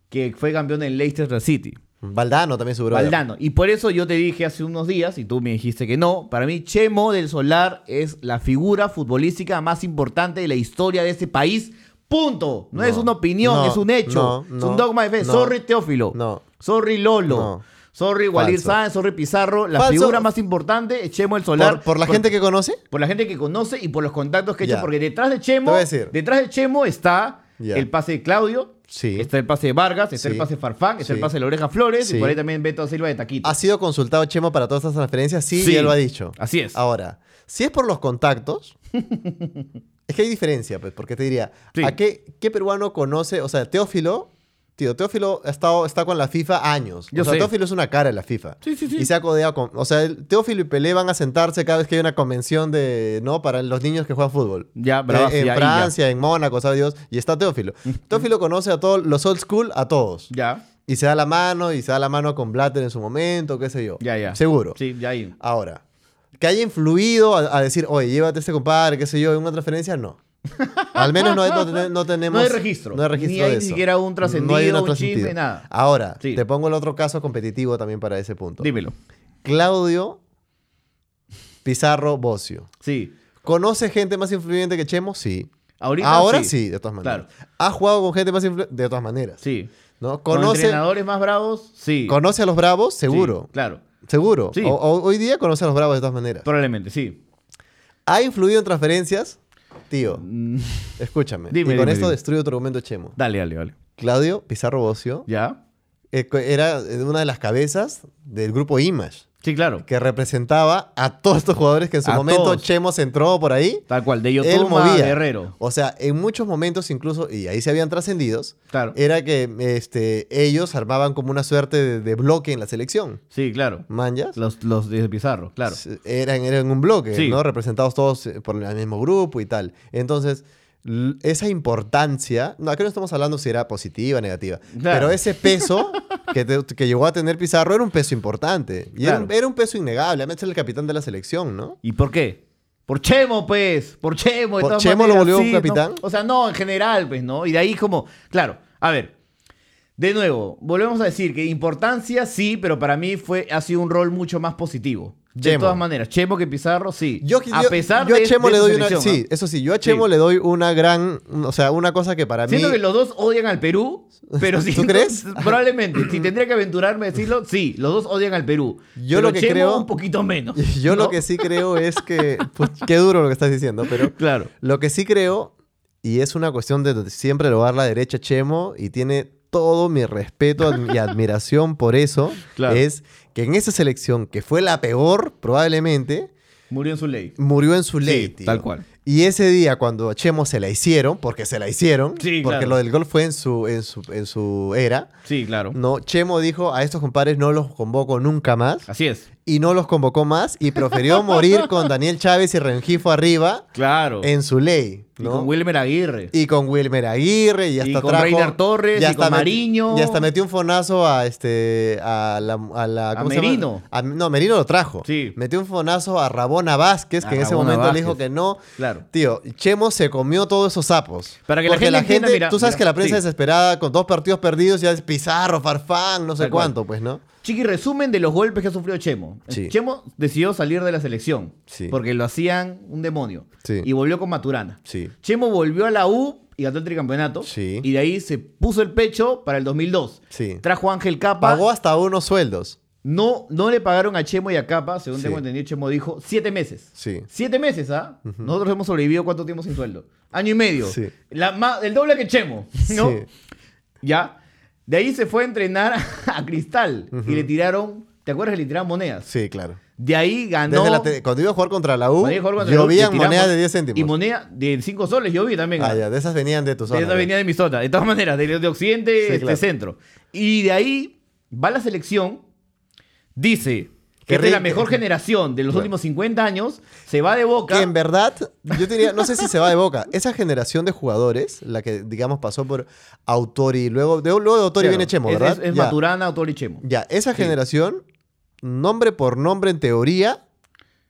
Speaker 2: que fue campeón en Leicester City.
Speaker 3: Valdano también su brother.
Speaker 2: Valdano. Y por eso yo te dije hace unos días, y tú me dijiste que no, para mí Chemo del Solar es la figura futbolística más importante de la historia de este país. Punto. No,
Speaker 3: No.
Speaker 2: es una opinión,
Speaker 3: No,
Speaker 2: es un hecho.
Speaker 3: no,
Speaker 2: es
Speaker 3: no,
Speaker 2: un dogma de fe.
Speaker 3: no.
Speaker 2: sorry Teófilo.
Speaker 3: No.
Speaker 2: Sorry Lolo.
Speaker 3: No.
Speaker 2: Sorry Walir
Speaker 3: Falso.
Speaker 2: Sáenz, sorry Pizarro. La
Speaker 3: Falso.
Speaker 2: figura más importante es Chemo del Solar.
Speaker 3: Por, por la gente que conoce,
Speaker 2: Por la gente que conoce y por los contactos que he hecho.
Speaker 3: Ya.
Speaker 2: Porque detrás de Chemo,
Speaker 3: Te voy a decir.
Speaker 2: detrás de Chemo está
Speaker 3: Ya.
Speaker 2: el pase de Claudio,
Speaker 3: Sí.
Speaker 2: está el pase de Vargas, está el
Speaker 3: Sí.
Speaker 2: pase de Farfán, está el
Speaker 3: Sí.
Speaker 2: pase de la Oreja Flores y
Speaker 3: Sí.
Speaker 2: por ahí también Beto Silva de Taquito.
Speaker 3: ha sido consultado Chemo para todas estas transferencias, sí,
Speaker 2: Sí.
Speaker 3: y él lo ha dicho.
Speaker 2: Así es.
Speaker 3: Ahora, si es por los contactos, es que hay diferencia, pues, porque te diría,
Speaker 2: Sí.
Speaker 3: ¿a qué, qué peruano conoce? O sea, Teófilo, tío, Teófilo ha estado, está con la FIFA años.
Speaker 2: Yo
Speaker 3: o sea,
Speaker 2: sé.
Speaker 3: Teófilo es una cara de la FIFA.
Speaker 2: Sí, sí, sí.
Speaker 3: Y se ha codeado con, o sea, el- Teófilo y Pelé van a sentarse cada vez que hay una convención de, ¿no? Para los niños que juegan fútbol.
Speaker 2: Ya, bravo,
Speaker 3: Eh, en
Speaker 2: sí, ahí ya.
Speaker 3: Francia, en Mónaco, sabe Dios, y está Teófilo. Teófilo conoce a todos, los old school a todos.
Speaker 2: Ya,
Speaker 3: Y se da la mano, y se da la mano con Blatter en su momento, qué sé yo.
Speaker 2: ya, ya.
Speaker 3: Seguro.
Speaker 2: Sí, ya ahí.
Speaker 3: Ahora, que haya influido a, a decir, oye, llévate a este compadre, qué sé yo, en una transferencia, no. Al menos no, no ten- no tenemos.
Speaker 2: No hay registro.
Speaker 3: No hay registro
Speaker 2: Ni hay
Speaker 3: de
Speaker 2: ni
Speaker 3: eso.
Speaker 2: siquiera un trascendido,
Speaker 3: hay
Speaker 2: un
Speaker 3: trascendido.
Speaker 2: chisme, nada.
Speaker 3: Ahora,
Speaker 2: Sí.
Speaker 3: te pongo el otro caso competitivo también para ese punto.
Speaker 2: Dímelo.
Speaker 3: Claudio Pizarro Bocio.
Speaker 2: Sí.
Speaker 3: ¿Conoce gente más influyente que Chemo? Sí.
Speaker 2: Ahorita
Speaker 3: Ahora
Speaker 2: sí.
Speaker 3: sí, de todas maneras.
Speaker 2: Claro.
Speaker 3: ¿Ha jugado con gente más influyente? De todas maneras.
Speaker 2: Sí.
Speaker 3: ¿No?
Speaker 2: ¿Con
Speaker 3: ¿Conoce,
Speaker 2: entrenadores más bravos? Sí.
Speaker 3: ¿Conoce a los bravos?
Speaker 2: Sí,
Speaker 3: Seguro.
Speaker 2: claro.
Speaker 3: Seguro.
Speaker 2: Sí.
Speaker 3: O- o- hoy día conoce a los bravos de todas maneras.
Speaker 2: Probablemente, sí.
Speaker 3: ¿Ha influido en transferencias? Tío, escúchame.
Speaker 2: Dime,
Speaker 3: y con
Speaker 2: dime,
Speaker 3: esto
Speaker 2: Mm. dime.
Speaker 3: destruye tu argumento, Chemo.
Speaker 2: Dale, dale, dale.
Speaker 3: Claudio Pizarro Bocio
Speaker 2: ¿Ya?
Speaker 3: eh, co- era eh, una de las cabezas del grupo Image,
Speaker 2: Sí, claro.
Speaker 3: que representaba a todos estos jugadores que en su
Speaker 2: A
Speaker 3: momento
Speaker 2: todos.
Speaker 3: Chemos entró por ahí.
Speaker 2: Tal cual, de
Speaker 3: él
Speaker 2: Yotoma,
Speaker 3: movía.
Speaker 2: de Herrero.
Speaker 3: O sea, en muchos momentos incluso, y ahí se habían trascendidos,
Speaker 2: Claro.
Speaker 3: era que este, ellos armaban como una suerte de, de bloque en la selección.
Speaker 2: Sí, claro.
Speaker 3: ¿Manjas?
Speaker 2: Los, los de Pizarro, claro.
Speaker 3: S- Eran, eran un bloque,
Speaker 2: Sí.
Speaker 3: ¿no? Representados todos eh, por el mismo grupo y tal. Entonces, l- esa importancia, no, acá no estamos hablando si era positiva o negativa,
Speaker 2: Claro.
Speaker 3: pero ese peso que, te- que llegó a tener Pizarro era un peso importante. Y era, un,
Speaker 2: Claro.
Speaker 3: era un peso innegable, además era el capitán de la selección, ¿no?
Speaker 2: ¿Y por qué? Por Chemo, pues. Por Chemo. de
Speaker 3: ¿Por
Speaker 2: todas
Speaker 3: Chemo lo
Speaker 2: maneras,
Speaker 3: volvió un
Speaker 2: ¿no?
Speaker 3: capitán?
Speaker 2: O sea, no, en general, pues, ¿no? Y de ahí como, claro, a ver. De nuevo, volvemos a decir que importancia sí, pero para mí fue, ha sido un rol mucho más positivo. De
Speaker 3: Chemo.
Speaker 2: todas maneras, Chemo que Pizarro, sí.
Speaker 3: Yo,
Speaker 2: a
Speaker 3: yo-
Speaker 2: pesar
Speaker 3: yo a
Speaker 2: de,
Speaker 3: Chemo
Speaker 2: de
Speaker 3: le
Speaker 2: su
Speaker 3: doy una,
Speaker 2: selección,
Speaker 3: sí,
Speaker 2: ¿no?
Speaker 3: eso sí, yo a Chemo
Speaker 2: Sí.
Speaker 3: le doy una gran, o sea, una cosa que para mí
Speaker 2: Siento que los dos odian al Perú, pero si
Speaker 3: ¿Tú
Speaker 2: no-
Speaker 3: crees?
Speaker 2: probablemente, si tendría que aventurarme a decirlo, sí, los dos odian al Perú.
Speaker 3: Yo
Speaker 2: Pero
Speaker 3: lo que
Speaker 2: Chemo
Speaker 3: creo-
Speaker 2: un poquito menos.
Speaker 3: yo
Speaker 2: ¿no?
Speaker 3: lo que sí creo es que pues, qué duro lo que estás diciendo, pero
Speaker 2: Claro.
Speaker 3: Lo que sí creo, y es una cuestión de siempre robar la derecha a Chemo, y tiene todo mi respeto adm- y admiración por eso,
Speaker 2: Claro.
Speaker 3: es que en esa selección, que fue la peor probablemente,
Speaker 2: Murió en su ley.
Speaker 3: murió en su ley.
Speaker 2: Sí,
Speaker 3: tío.
Speaker 2: tal cual.
Speaker 3: Y ese día cuando a Chemo se la hicieron, porque se la hicieron,
Speaker 2: Sí,
Speaker 3: porque
Speaker 2: claro.
Speaker 3: lo del gol fue en su, en su, en su era,
Speaker 2: Sí, claro.
Speaker 3: no, Chemo dijo a estos compadres no los convoco nunca más
Speaker 2: Así es.
Speaker 3: y no los convocó más y prefirió morir con Daniel Chávez y Rengifo arriba
Speaker 2: Claro.
Speaker 3: en su ley.
Speaker 2: Y
Speaker 3: ¿no?
Speaker 2: con Wilmer Aguirre.
Speaker 3: Y con Wilmer Aguirre, y hasta
Speaker 2: con
Speaker 3: trajo-
Speaker 2: Reiner Torres, y con
Speaker 3: hasta meti-
Speaker 2: Mariño.
Speaker 3: Y hasta metió un fonazo a este. A la. A, la-
Speaker 2: A
Speaker 3: ¿cómo se llama?
Speaker 2: Merino.
Speaker 3: A- no, Merino lo trajo.
Speaker 2: Sí.
Speaker 3: Metió un fonazo a Rabona Vázquez,
Speaker 2: A
Speaker 3: que en ese
Speaker 2: Rabona
Speaker 3: momento le dijo
Speaker 2: Vázquez.
Speaker 3: que no.
Speaker 2: Claro.
Speaker 3: Tío, Chemo se comió todos esos sapos.
Speaker 2: Para que la
Speaker 3: Porque
Speaker 2: gente entienda, mira,
Speaker 3: tú sabes
Speaker 2: mira,
Speaker 3: que la
Speaker 2: sí.
Speaker 3: prensa desesperada, con dos partidos perdidos, ya es Pizarro, Farfán, no sé
Speaker 2: Tal cual.
Speaker 3: cuánto, pues, ¿no?
Speaker 2: Chiqui, resumen de los golpes que ha sufrido Chemo.
Speaker 3: Sí.
Speaker 2: Chemo decidió salir de la selección
Speaker 3: Sí.
Speaker 2: porque lo hacían un demonio.
Speaker 3: Sí.
Speaker 2: Y volvió con Maturana.
Speaker 3: Sí.
Speaker 2: Chemo volvió a la U y ganó el tricampeonato.
Speaker 3: Sí.
Speaker 2: Y de ahí se puso el pecho para el 2002.
Speaker 3: Sí.
Speaker 2: Trajo a Ángel Capa.
Speaker 3: Pagó hasta unos sueldos.
Speaker 2: No, no le pagaron a Chemo y a Capa, según
Speaker 3: Sí.
Speaker 2: tengo entendido, Chemo dijo, siete meses.
Speaker 3: Sí.
Speaker 2: Siete meses, ¿ah? Nosotros hemos sobrevivido cuánto tiempo sin sueldo. Año y medio.
Speaker 3: Sí.
Speaker 2: La ma- el doble que Chemo, ¿no?
Speaker 3: Sí.
Speaker 2: Ya. De ahí se fue a entrenar a Cristal y le tiraron, ¿te acuerdas que le tiraron monedas?
Speaker 3: Sí, claro.
Speaker 2: De ahí ganó...
Speaker 3: Desde la te- cuando iba a jugar contra la U,
Speaker 2: Ah, cuando iba a jugar contra Perú, le
Speaker 3: llovían
Speaker 2: tiraron
Speaker 3: monedas de
Speaker 2: mon-
Speaker 3: 10 céntimos.
Speaker 2: Y moneda de 5 soles, yo vi también.
Speaker 3: Ah,
Speaker 2: ¿ah?
Speaker 3: ya, de esas venían de tu zona.
Speaker 2: De esa
Speaker 3: ya.
Speaker 2: venía de mi zona, de todas maneras, de, de Occidente,
Speaker 3: Sí,
Speaker 2: este
Speaker 3: claro.
Speaker 2: centro. Y de ahí va la selección, dice
Speaker 3: Qué
Speaker 2: que es de la
Speaker 3: rico.
Speaker 2: mejor generación de los
Speaker 3: Claro.
Speaker 2: últimos 50 años, se va de boca.
Speaker 3: Que en verdad, yo diría, no sé si se va de boca. Esa generación de jugadores, la que, digamos, pasó por Autori, luego de, luego de Autori
Speaker 2: Claro,
Speaker 3: viene Chemo,
Speaker 2: es-
Speaker 3: ¿verdad?
Speaker 2: Es, es
Speaker 3: ya,
Speaker 2: Maturana, Autor y Chemo.
Speaker 3: ya, esa generación, nombre por nombre, en teoría,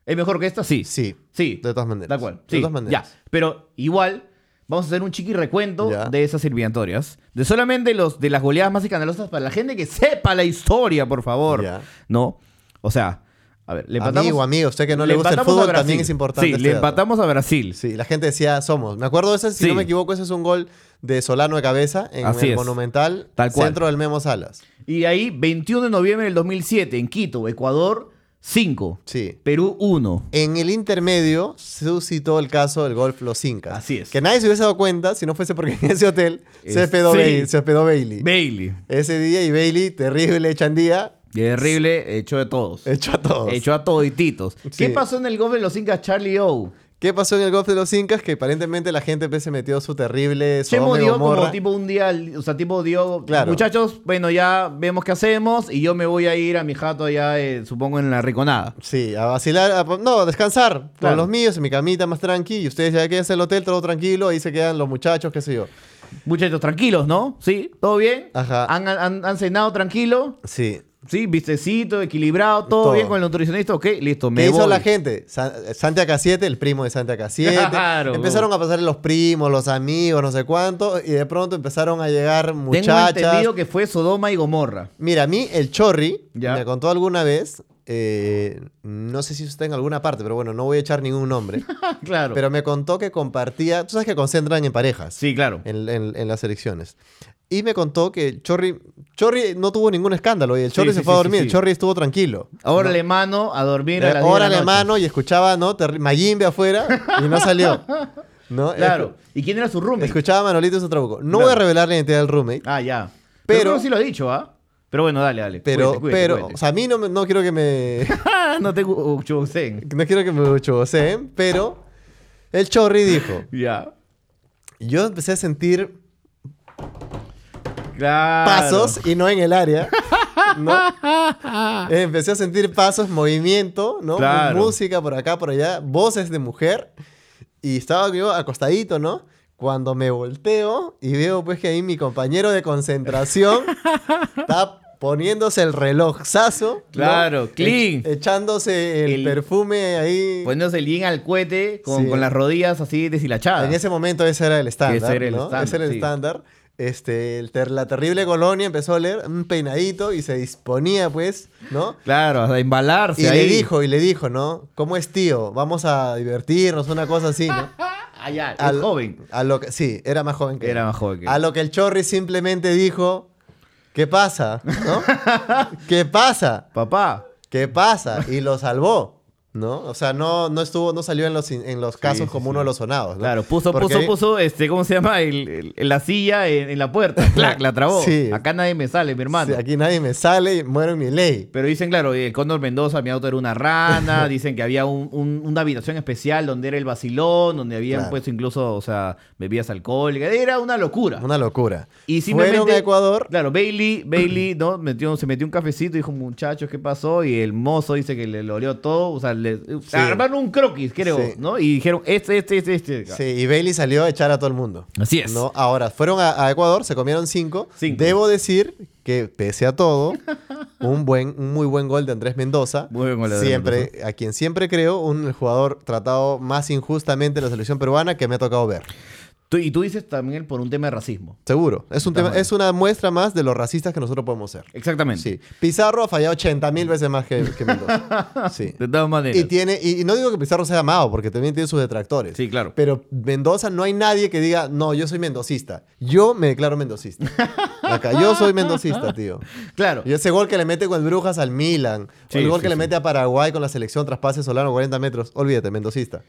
Speaker 2: ¿Es mejor que esta? Sí.
Speaker 3: sí.
Speaker 2: Sí.
Speaker 3: De todas maneras.
Speaker 2: Tal cual.
Speaker 3: De
Speaker 2: Sí,
Speaker 3: todas maneras.
Speaker 2: Ya. Pero igual, vamos a hacer un chiqui recuento
Speaker 3: Ya.
Speaker 2: de esas sirviantorias. De solamente los, de las goleadas más escandalosas para la gente que sepa la historia, por favor.
Speaker 3: Ya.
Speaker 2: ¿No? O sea, a ver, le empatamos.
Speaker 3: Amigo, amigo, usted que no le, gusta el
Speaker 2: empatamos a
Speaker 3: fútbol
Speaker 2: Brasil.
Speaker 3: también es importante.
Speaker 2: Sí,
Speaker 3: este
Speaker 2: le
Speaker 3: dato.
Speaker 2: empatamos a Brasil.
Speaker 3: Sí, la gente decía, somos. Me acuerdo, ese, si
Speaker 2: Sí.
Speaker 3: no me equivoco, ese es un gol de Solano de cabeza en
Speaker 2: Así
Speaker 3: el
Speaker 2: es.
Speaker 3: Monumental,
Speaker 2: Tal cual.
Speaker 3: centro del Memo Salas.
Speaker 2: Y de ahí, 21 de noviembre del 2007, en Quito, Ecuador, 5.
Speaker 3: Sí.
Speaker 2: Perú, 1.
Speaker 3: En el intermedio suscitó el caso del golf Los Incas.
Speaker 2: Así es.
Speaker 3: Que nadie se hubiese dado cuenta si no fuese porque en ese hotel se
Speaker 2: Es-
Speaker 3: hospedó,
Speaker 2: sí.
Speaker 3: Bailey, se hospedó Bailey.
Speaker 2: Bailey.
Speaker 3: Ese día y Bailey, terrible chandía,
Speaker 2: Terrible, hecho de todos.
Speaker 3: echó a todos.
Speaker 2: Hecho a todititos. ¿Qué pasó en el golpe de los Incas Charlie O?
Speaker 3: ¿Qué pasó en el golf de Los Incas? Que aparentemente la gente pues, se metió su terrible
Speaker 2: Chemo
Speaker 3: Sodoma y
Speaker 2: dio
Speaker 3: Gomorra.
Speaker 2: como tipo un día, al- o sea, tipo dio,
Speaker 3: Claro.
Speaker 2: muchachos, bueno, ya vemos qué hacemos y yo me voy a ir a mi jato allá, eh, supongo, en la Riconada.
Speaker 3: Sí, a vacilar, a- no, a descansar
Speaker 2: Claro.
Speaker 3: con los míos en mi camita más tranqui. Y ustedes ya quédense en el hotel, todo tranquilo, ahí se quedan los muchachos, qué sé yo.
Speaker 2: Muchachos, tranquilos, ¿no? ¿Sí? ¿Todo bien?
Speaker 3: Ajá.
Speaker 2: ¿Han, han- han cenado tranquilo?
Speaker 3: Sí.
Speaker 2: ¿Sí? ¿Vistecito, equilibrado? ¿Todo,
Speaker 3: Todo.
Speaker 2: bien con el nutricionista? Ok, listo, me
Speaker 3: ¿Qué hizo
Speaker 2: voy.
Speaker 3: la gente? San- Santi Acaciete, el primo de Santi Acaciete.
Speaker 2: Claro.
Speaker 3: Empezaron a pasar los primos, los amigos, no sé cuánto. Y de pronto empezaron a llegar
Speaker 2: Tengo
Speaker 3: muchachas.
Speaker 2: entendido que fue Sodoma y Gomorra.
Speaker 3: Mira, a mí el Chorri
Speaker 2: Ya.
Speaker 3: me contó alguna vez, eh, no sé si eso está en alguna parte, pero bueno, no voy a echar ningún nombre.
Speaker 2: claro.
Speaker 3: pero me contó que compartía, tú sabes que concentran en parejas.
Speaker 2: sí, claro.
Speaker 3: En, en- en las elecciones. Y me contó que el Chorri, Chorri no tuvo ningún escándalo y el
Speaker 2: Sí,
Speaker 3: Chorri
Speaker 2: sí,
Speaker 3: se fue a
Speaker 2: sí,
Speaker 3: dormir,
Speaker 2: sí,
Speaker 3: el
Speaker 2: sí.
Speaker 3: Chorri estuvo tranquilo.
Speaker 2: Órale, mano, a dormir a
Speaker 3: Eh,
Speaker 2: las diez de
Speaker 3: Órale
Speaker 2: la noche.
Speaker 3: mano y escuchaba, ¿no? Terri- Mayimbe afuera y no salió. No, es-
Speaker 2: claro. ¿Y quién era su roommate?
Speaker 3: Escuchaba a Manolito Sotrabuco. No
Speaker 2: Claro.
Speaker 3: voy a revelar la identidad del roommate,
Speaker 2: Ah, ya.
Speaker 3: Pero-
Speaker 2: Pero, creo que sí lo ha dicho, ¿ah? Pero bueno, dale, dale.
Speaker 3: pero,
Speaker 2: Cuídate, cuídate,
Speaker 3: pero,
Speaker 2: cuídate.
Speaker 3: o sea, a mí no, me- no quiero que me,
Speaker 2: Ah, no tengo Uchousen.
Speaker 3: no quiero que me choceen, pero el Chorri dijo,
Speaker 2: Ya.
Speaker 3: yo empecé a sentir
Speaker 2: Claro.
Speaker 3: pasos y no en el área. ¿no? Eh, Empecé a sentir pasos, movimiento, ¿no?
Speaker 2: Claro.
Speaker 3: Música por acá, por allá, voces de mujer. Y estaba yo acostadito, ¿no? Cuando me volteo y veo pues que ahí mi compañero de concentración está poniéndose el relojazo. ¿no?
Speaker 2: Claro,
Speaker 3: E-
Speaker 2: clean.
Speaker 3: echándose el,
Speaker 2: El- Pues
Speaker 3: perfume ahí.
Speaker 2: Poniéndose el yin al cohete con,
Speaker 3: Sí.
Speaker 2: con las rodillas así deshilachadas.
Speaker 3: En ese momento ese era el estándar.
Speaker 2: Ah. Ese era el
Speaker 3: ¿no?
Speaker 2: estándar,
Speaker 3: Ese era el
Speaker 2: sí.
Speaker 3: estándar. Este, el ter- la terrible colonia empezó a leer un peinadito y se disponía, pues, ¿no?
Speaker 2: Claro, a embalarse.
Speaker 3: Y
Speaker 2: ahí.
Speaker 3: le dijo, y le dijo, ¿no? ¿Cómo es tío? Vamos a divertirnos, una cosa así, ¿no?
Speaker 2: Ah, ya, es
Speaker 3: Al-
Speaker 2: joven.
Speaker 3: A lo que, sí, era más joven que él.
Speaker 2: Era más joven que él.
Speaker 3: A lo que el chorri simplemente dijo, ¿qué pasa? ¿No? ¿Qué pasa?
Speaker 2: Papá.
Speaker 3: ¿Qué pasa? Y lo salvó, ¿no? O sea, no, no estuvo, no salió en los, in- en los casos
Speaker 2: sí,
Speaker 3: como
Speaker 2: sí.
Speaker 3: uno de los sonados. ¿no?
Speaker 2: Claro, puso,
Speaker 3: Porque
Speaker 2: puso,
Speaker 3: ahí-
Speaker 2: puso, este, ¿cómo se llama? El, el- la silla en, en la puerta. Clac, la trabó.
Speaker 3: Sí.
Speaker 2: Acá nadie me sale, mi hermano.
Speaker 3: Sí, aquí nadie me sale y muero en mi ley.
Speaker 2: Pero dicen, claro, el Cóndor Mendoza, mi auto era una rana, dicen que había un- un- una habitación especial donde era el vacilón, donde habían
Speaker 3: Claro.
Speaker 2: puesto incluso, o sea, bebidas alcohólicas, era una locura.
Speaker 3: Una locura.
Speaker 2: y simplemente,
Speaker 3: Fueron a Ecuador.
Speaker 2: Claro, Bailey, Bailey, ¿no? Metió, se metió un cafecito y dijo, muchachos, ¿qué pasó? Y el mozo dice que le, le olió todo, o sea, le, armaron un croquis, creo,
Speaker 3: Sí.
Speaker 2: ¿no? Y dijeron, este, este, este, este.
Speaker 3: Sí, y Bailey salió a echar a todo el mundo.
Speaker 2: Así es.
Speaker 3: ¿No? Ahora, fueron a, a Ecuador, se comieron cinco.
Speaker 2: Cinco.
Speaker 3: Debo decir que, pese a todo, un, buen, un muy buen gol de Andrés Mendoza.
Speaker 2: Muy buen gol de Andrés
Speaker 3: siempre, A quien siempre creo, un jugador tratado más injustamente en la selección peruana que me ha tocado ver.
Speaker 2: Tú- y tú dices también por un tema de racismo.
Speaker 3: Seguro. Es, un
Speaker 2: Está
Speaker 3: tema-
Speaker 2: mal.
Speaker 3: es una muestra más de los racistas que nosotros podemos ser.
Speaker 2: Exactamente.
Speaker 3: Sí. Pizarro ha fallado 80 mil veces más que, que Mendoza. Sí.
Speaker 2: De todas maneras.
Speaker 3: Y tiene, y, y no digo que Pizarro sea amado, porque también tiene sus detractores.
Speaker 2: Sí, claro.
Speaker 3: Pero Mendoza no hay nadie que diga, no, yo soy mendocista. Yo me declaro mendocista. Acá, yo soy mendocista, tío.
Speaker 2: Claro.
Speaker 3: Y ese gol que le mete con el Brujas al Milan, o
Speaker 2: Sí,
Speaker 3: el gol
Speaker 2: sí,
Speaker 3: que le
Speaker 2: sí.
Speaker 3: mete a Paraguay con la selección traspase Solano 40 metros, olvídate, mendocista.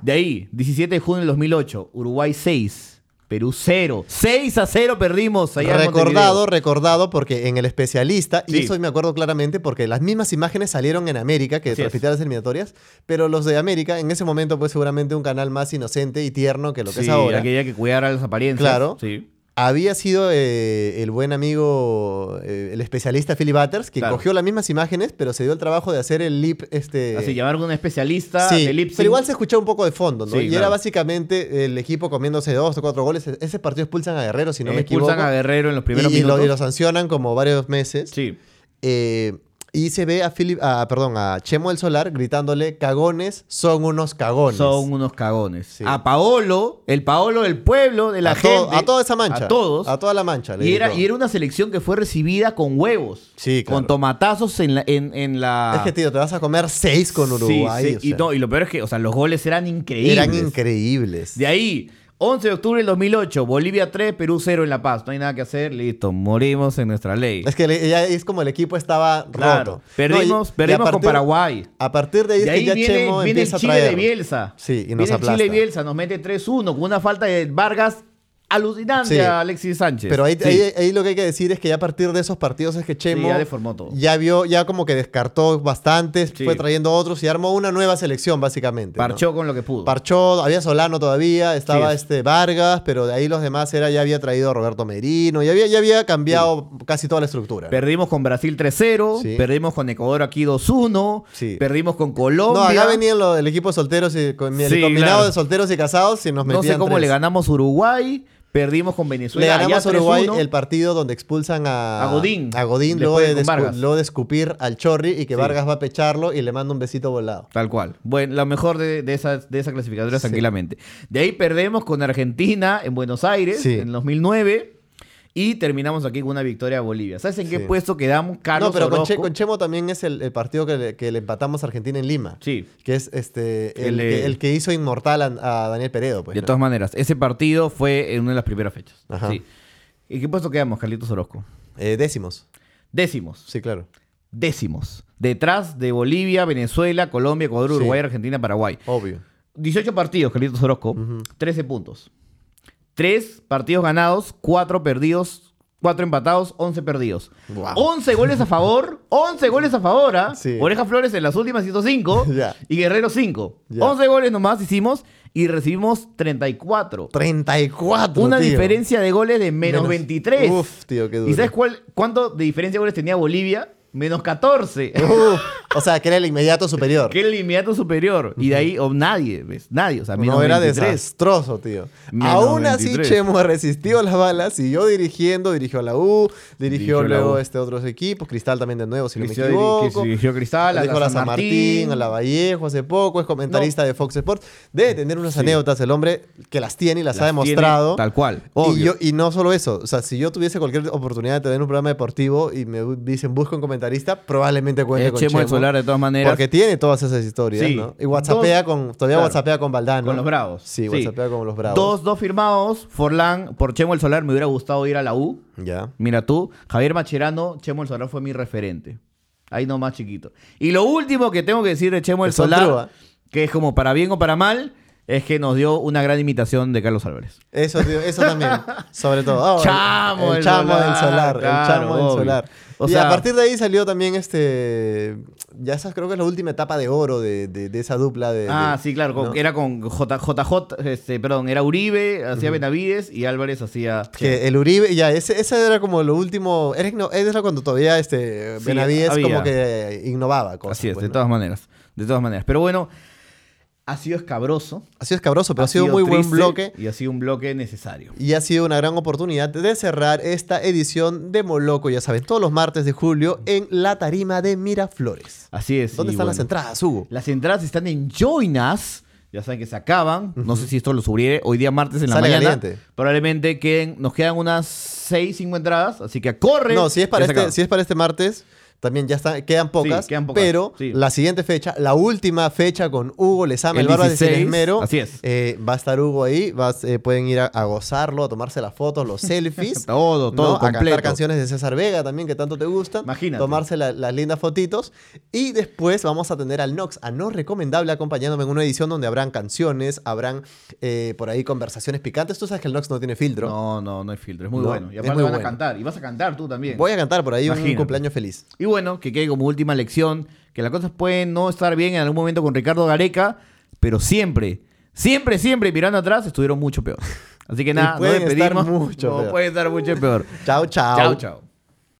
Speaker 2: De ahí, 17 de junio del 2008, Uruguay 6, Perú 0. 6 a 0 perdimos allá en
Speaker 3: recordado,
Speaker 2: Montevideo.
Speaker 3: recordado, porque en el especialista, y
Speaker 2: Sí.
Speaker 3: eso me acuerdo claramente, porque las mismas imágenes salieron en América, que
Speaker 2: Así es.
Speaker 3: transmitían las eliminatorias, pero los de América, en ese momento, pues seguramente un canal más inocente y tierno que lo que
Speaker 2: Sí,
Speaker 3: es ahora.
Speaker 2: aquella que cuidara las apariencias.
Speaker 3: Claro.
Speaker 2: Sí.
Speaker 3: Había sido eh, el buen amigo, eh, el especialista Philly Butters, quien
Speaker 2: Claro.
Speaker 3: cogió las mismas imágenes, pero se dio el trabajo de hacer el lip. Este,
Speaker 2: Así llamaron a un especialista
Speaker 3: Sí,
Speaker 2: de lip sync.
Speaker 3: pero igual se escuchaba un poco de fondo, ¿no?
Speaker 2: Sí,
Speaker 3: y
Speaker 2: claro.
Speaker 3: era básicamente el equipo comiéndose dos o cuatro goles. E-, Ese partido expulsan a Guerrero, si no me equivoco.
Speaker 2: Eh, Expulsan a Guerrero en los
Speaker 3: Y-
Speaker 2: primeros
Speaker 3: y,
Speaker 2: minutos.
Speaker 3: lo, y lo sancionan como varios meses.
Speaker 2: Sí.
Speaker 3: Eh, y se ve a Philip, a, perdón, a Chemo del Solar gritándole, cagones son unos cagones.
Speaker 2: Son unos cagones.
Speaker 3: Sí.
Speaker 2: A Paolo, el Paolo del pueblo, de la
Speaker 3: a,
Speaker 2: gente.
Speaker 3: to- a toda esa mancha.
Speaker 2: A todos.
Speaker 3: A toda la mancha. le
Speaker 2: y, era,
Speaker 3: gritó.
Speaker 2: y era una selección que fue recibida con huevos.
Speaker 3: Sí, claro.
Speaker 2: Con tomatazos en la. En, en la...
Speaker 3: Es que, tío, te vas a comer seis con
Speaker 2: Ah. Sí,
Speaker 3: Uruguay.
Speaker 2: sí,
Speaker 3: o
Speaker 2: Y,
Speaker 3: sea,
Speaker 2: no, y lo peor es que, o sea, los goles eran increíbles.
Speaker 3: eran increíbles.
Speaker 2: De ahí, 11 de octubre del 2008, Bolivia 3, Perú 0 en La Paz. No hay nada que hacer, listo, morimos en nuestra ley.
Speaker 3: Es que le- ya es como el equipo estaba
Speaker 2: Claro,
Speaker 3: roto.
Speaker 2: perdimos-
Speaker 3: No, y- y a
Speaker 2: perdimos con
Speaker 3: partir-
Speaker 2: Paraguay.
Speaker 3: A partir de ahí,
Speaker 2: De
Speaker 3: es que
Speaker 2: ahí
Speaker 3: ya
Speaker 2: viene,
Speaker 3: Chemo
Speaker 2: viene el
Speaker 3: empieza a
Speaker 2: Chile
Speaker 3: traer.
Speaker 2: de Bielsa.
Speaker 3: Sí, y nos
Speaker 2: viene el Chile de
Speaker 3: aplasta.
Speaker 2: Bielsa, nos mete 3-1 con una falta de Vargas alucinante
Speaker 3: Sí.
Speaker 2: a Alexis Sánchez.
Speaker 3: Pero ahí, eh,
Speaker 2: Sí.
Speaker 3: ahí- ahí lo que hay que decir es que ya a partir de esos partidos es que Chemo
Speaker 2: ya deformó todo.
Speaker 3: ya vio, ya como que descartó bastantes,
Speaker 2: Sí.
Speaker 3: fue trayendo otros y armó una nueva selección básicamente. ¿no?
Speaker 2: parchó con lo que pudo.
Speaker 3: Parchó, había Solano todavía, estaba
Speaker 2: Sí.
Speaker 3: este Vargas, pero de ahí los demás era, ya había traído a Roberto Merino, ya había, ya había cambiado casi toda la estructura.
Speaker 2: Perdimos con Brasil 3-0,
Speaker 3: Sí.
Speaker 2: perdimos con Ecuador aquí 2-1,
Speaker 3: Sí.
Speaker 2: perdimos con
Speaker 3: no,
Speaker 2: Colombia.
Speaker 3: acá venía lo- el equipo de solteros y con el
Speaker 2: Sí,
Speaker 3: combinado
Speaker 2: claro.
Speaker 3: de solteros y casados y nos
Speaker 2: no
Speaker 3: metían
Speaker 2: sé cómo
Speaker 3: tres.
Speaker 2: le ganamos a Uruguay, perdimos con
Speaker 3: Le
Speaker 2: Venezuela.
Speaker 3: ganamos a
Speaker 2: allá
Speaker 3: Uruguay
Speaker 2: 3-1.
Speaker 3: el partido donde expulsan a,
Speaker 2: A Godín.
Speaker 3: a Godín,
Speaker 2: Después
Speaker 3: luego
Speaker 2: de
Speaker 3: de,
Speaker 2: con
Speaker 3: descu-
Speaker 2: Vargas.
Speaker 3: luego de escupir al Chorri y que Vargas va a pecharlo y le manda un besito volado.
Speaker 2: Tal cual. Bueno, lo mejor de, de esa, de esa clasificadora
Speaker 3: Sí.
Speaker 2: tranquilamente. De ahí perdemos con Argentina en Buenos Aires
Speaker 3: Sí.
Speaker 2: en 2009 y terminamos aquí con una victoria a Bolivia. ¿Sabes en qué
Speaker 3: Sí.
Speaker 2: puesto quedamos, Carlos?
Speaker 3: no, pero con,
Speaker 2: Orozco?
Speaker 3: Che- con Chemo también es el, el partido que le, que le empatamos a Argentina en Lima.
Speaker 2: Sí.
Speaker 3: Que es este el,
Speaker 2: El de-
Speaker 3: que, el que hizo inmortal a, a Daniel Peredo. Pues,
Speaker 2: De
Speaker 3: ¿no?
Speaker 2: todas maneras, ese partido fue en una de las primeras fechas.
Speaker 3: Ajá.
Speaker 2: Sí. ¿En qué puesto quedamos, Carlitos Orozco?
Speaker 3: Eh, décimos.
Speaker 2: Décimos.
Speaker 3: Sí, claro.
Speaker 2: Décimos. Detrás de Bolivia, Venezuela, Colombia, Ecuador,
Speaker 3: Sí.
Speaker 2: Uruguay, Argentina, Paraguay.
Speaker 3: Obvio.
Speaker 2: 18 partidos, Carlitos Orozco, 13 puntos. 3 partidos ganados, 4 perdidos, 4 empatados, 11 perdidos. 11 goles a favor, 11 goles a favor, ¿ah?
Speaker 3: Sí.
Speaker 2: Oreja Flores en las últimas 105
Speaker 3: Ya.
Speaker 2: y Guerrero 5.
Speaker 3: Ya.
Speaker 2: 11 goles nomás hicimos y recibimos 34.
Speaker 3: 34.
Speaker 2: Una
Speaker 3: tío.
Speaker 2: diferencia de goles de menos,
Speaker 3: Menos-
Speaker 2: 23.
Speaker 3: Uf, tío, qué
Speaker 2: ¿Y
Speaker 3: duro.
Speaker 2: sabes cuál, cuánto de diferencia de goles tenía Bolivia? Menos 14.
Speaker 3: Uf, o sea, que era el inmediato superior.
Speaker 2: que era el inmediato superior. Y de ahí, o nadie, ¿ves? Nadie. O sea, menos
Speaker 3: No, era
Speaker 2: 23.
Speaker 3: desastroso, tío.
Speaker 2: Menos
Speaker 3: Aún
Speaker 2: 23.
Speaker 3: así, Chemo resistió las balas, siguió dirigiendo, dirigió a la U, dirigió
Speaker 2: Dirigió la
Speaker 3: luego
Speaker 2: U.
Speaker 3: este otros equipos, Cristal también de nuevo, si
Speaker 2: Dirigió-
Speaker 3: no me equivoco.
Speaker 2: que dirigió a Cristal, a
Speaker 3: Dijo
Speaker 2: la San
Speaker 3: San Martín,
Speaker 2: Martín.
Speaker 3: a la Vallejo hace poco, es comentarista de Fox Sports. Debe tener unas anécdotas el hombre que las tiene y las,
Speaker 2: tiene
Speaker 3: ha demostrado.
Speaker 2: Tal cual.
Speaker 3: Y,
Speaker 2: obvio.
Speaker 3: yo- y no solo eso, o sea, si yo tuviese cualquier oportunidad de tener un programa deportivo y me bu- dicen busco un comentarista, probablemente cuente
Speaker 2: Es
Speaker 3: con
Speaker 2: Chemo
Speaker 3: Chemo.
Speaker 2: el Solar de todas maneras.
Speaker 3: Porque tiene todas esas historias,
Speaker 2: Sí.
Speaker 3: ¿no? Y whatsappea
Speaker 2: Dos-
Speaker 3: con, todavía
Speaker 2: claro.
Speaker 3: whatsappea con Valdano.
Speaker 2: Con los bravos.
Speaker 3: Sí, whatsappea con los bravos.
Speaker 2: Dos, dos firmados. Forlán, por Chemo el Solar, me hubiera gustado ir a la U.
Speaker 3: Ya.
Speaker 2: Mira tú, Javier Macherano, Chemo el Solar fue mi referente. Ahí nomás chiquito. Y lo último que tengo que decir de Chemo el
Speaker 3: Es otro,
Speaker 2: Solar,
Speaker 3: ¿ah?
Speaker 2: que es como para bien o para mal, es que nos dio una gran imitación de Carlos Álvarez.
Speaker 3: Eso, tío, eso también, sobre todo. Ah, el-
Speaker 2: Chamo
Speaker 3: el,
Speaker 2: del
Speaker 3: chamo
Speaker 2: solar,
Speaker 3: del solar.
Speaker 2: claro,
Speaker 3: el chamo del
Speaker 2: obvio.
Speaker 3: solar.
Speaker 2: O
Speaker 3: y
Speaker 2: sea-
Speaker 3: a partir de ahí salió también este. Ya esa creo que es la última etapa de oro de, de- de esa dupla de.
Speaker 2: Ah,
Speaker 3: de-
Speaker 2: sí, claro. con-
Speaker 3: ¿no?
Speaker 2: Era con J- JJ, este, perdón, era Uribe, hacía Benavides y Álvarez hacía...
Speaker 3: Que el Uribe, ya, ese, ese era como lo último. Eric no, era cuando todavía este,
Speaker 2: Sí,
Speaker 3: Benavides
Speaker 2: había.
Speaker 3: como que innovaba cosas.
Speaker 2: Así es,
Speaker 3: pues,
Speaker 2: de
Speaker 3: ¿no?
Speaker 2: todas maneras. De todas maneras. Pero bueno, ha sido escabroso.
Speaker 3: Ha sido escabroso, pero ha sido, muy buen
Speaker 2: triste
Speaker 3: bloque.
Speaker 2: Y ha sido un bloque necesario.
Speaker 3: Y ha sido una gran oportunidad de cerrar esta edición de Moloco, ya saben, todos los martes de julio en la tarima de Miraflores.
Speaker 2: Así es.
Speaker 3: ¿Dónde
Speaker 2: y Ah,
Speaker 3: están
Speaker 2: bueno.
Speaker 3: las entradas, Hugo?
Speaker 2: Las entradas están en Joinas. Ya saben que se acaban. No sé si esto lo subiré hoy día martes en la
Speaker 3: Sale
Speaker 2: mañana.
Speaker 3: caliente.
Speaker 2: Probablemente queden, nos quedan unas 6, 5 entradas. Así que corre.
Speaker 3: No, si es para,
Speaker 2: Ya se
Speaker 3: este,
Speaker 2: acaba.
Speaker 3: si es para este martes, también ya están, quedan, pocas,
Speaker 2: quedan pocas,
Speaker 3: Pero
Speaker 2: sí.
Speaker 3: la siguiente fecha, la última fecha con Hugo Lezama,
Speaker 2: El
Speaker 3: el, barba de
Speaker 2: 16,
Speaker 3: Cinesmero.
Speaker 2: así es.
Speaker 3: eh, va a estar Hugo ahí, vas, eh, pueden ir a, a gozarlo, a tomarse las fotos, los selfies.
Speaker 2: Todo,
Speaker 3: ¿no?
Speaker 2: todo
Speaker 3: A cantar
Speaker 2: completo.
Speaker 3: canciones de César Vega también, que tanto te gustan.
Speaker 2: Imagínate.
Speaker 3: Tomarse la- las lindas fotitos. Y después vamos a tener al Nox, a No Recomendable, acompañándome en una edición donde habrán canciones, habrán eh, por ahí conversaciones picantes. Tú sabes que el Nox no tiene filtro.
Speaker 2: No, no, no hay filtro. Es muy
Speaker 3: No,
Speaker 2: bueno. Y
Speaker 3: es
Speaker 2: aparte
Speaker 3: muy
Speaker 2: van a
Speaker 3: bueno.
Speaker 2: cantar. Y vas a cantar tú también.
Speaker 3: Voy a cantar por ahí un
Speaker 2: Imagínate.
Speaker 3: cumpleaños feliz.
Speaker 2: Y bueno, que quede como última lección, que las cosas pueden no estar bien en algún momento con Ricardo Gareca, pero siempre, siempre, siempre mirando atrás estuvieron mucho peor. Así que nada, nos
Speaker 3: pueden estar
Speaker 2: despedimos.
Speaker 3: mucho
Speaker 2: No,
Speaker 3: peor.
Speaker 2: pueden estar mucho peor.
Speaker 3: Chao, chao.
Speaker 2: Chao, chao.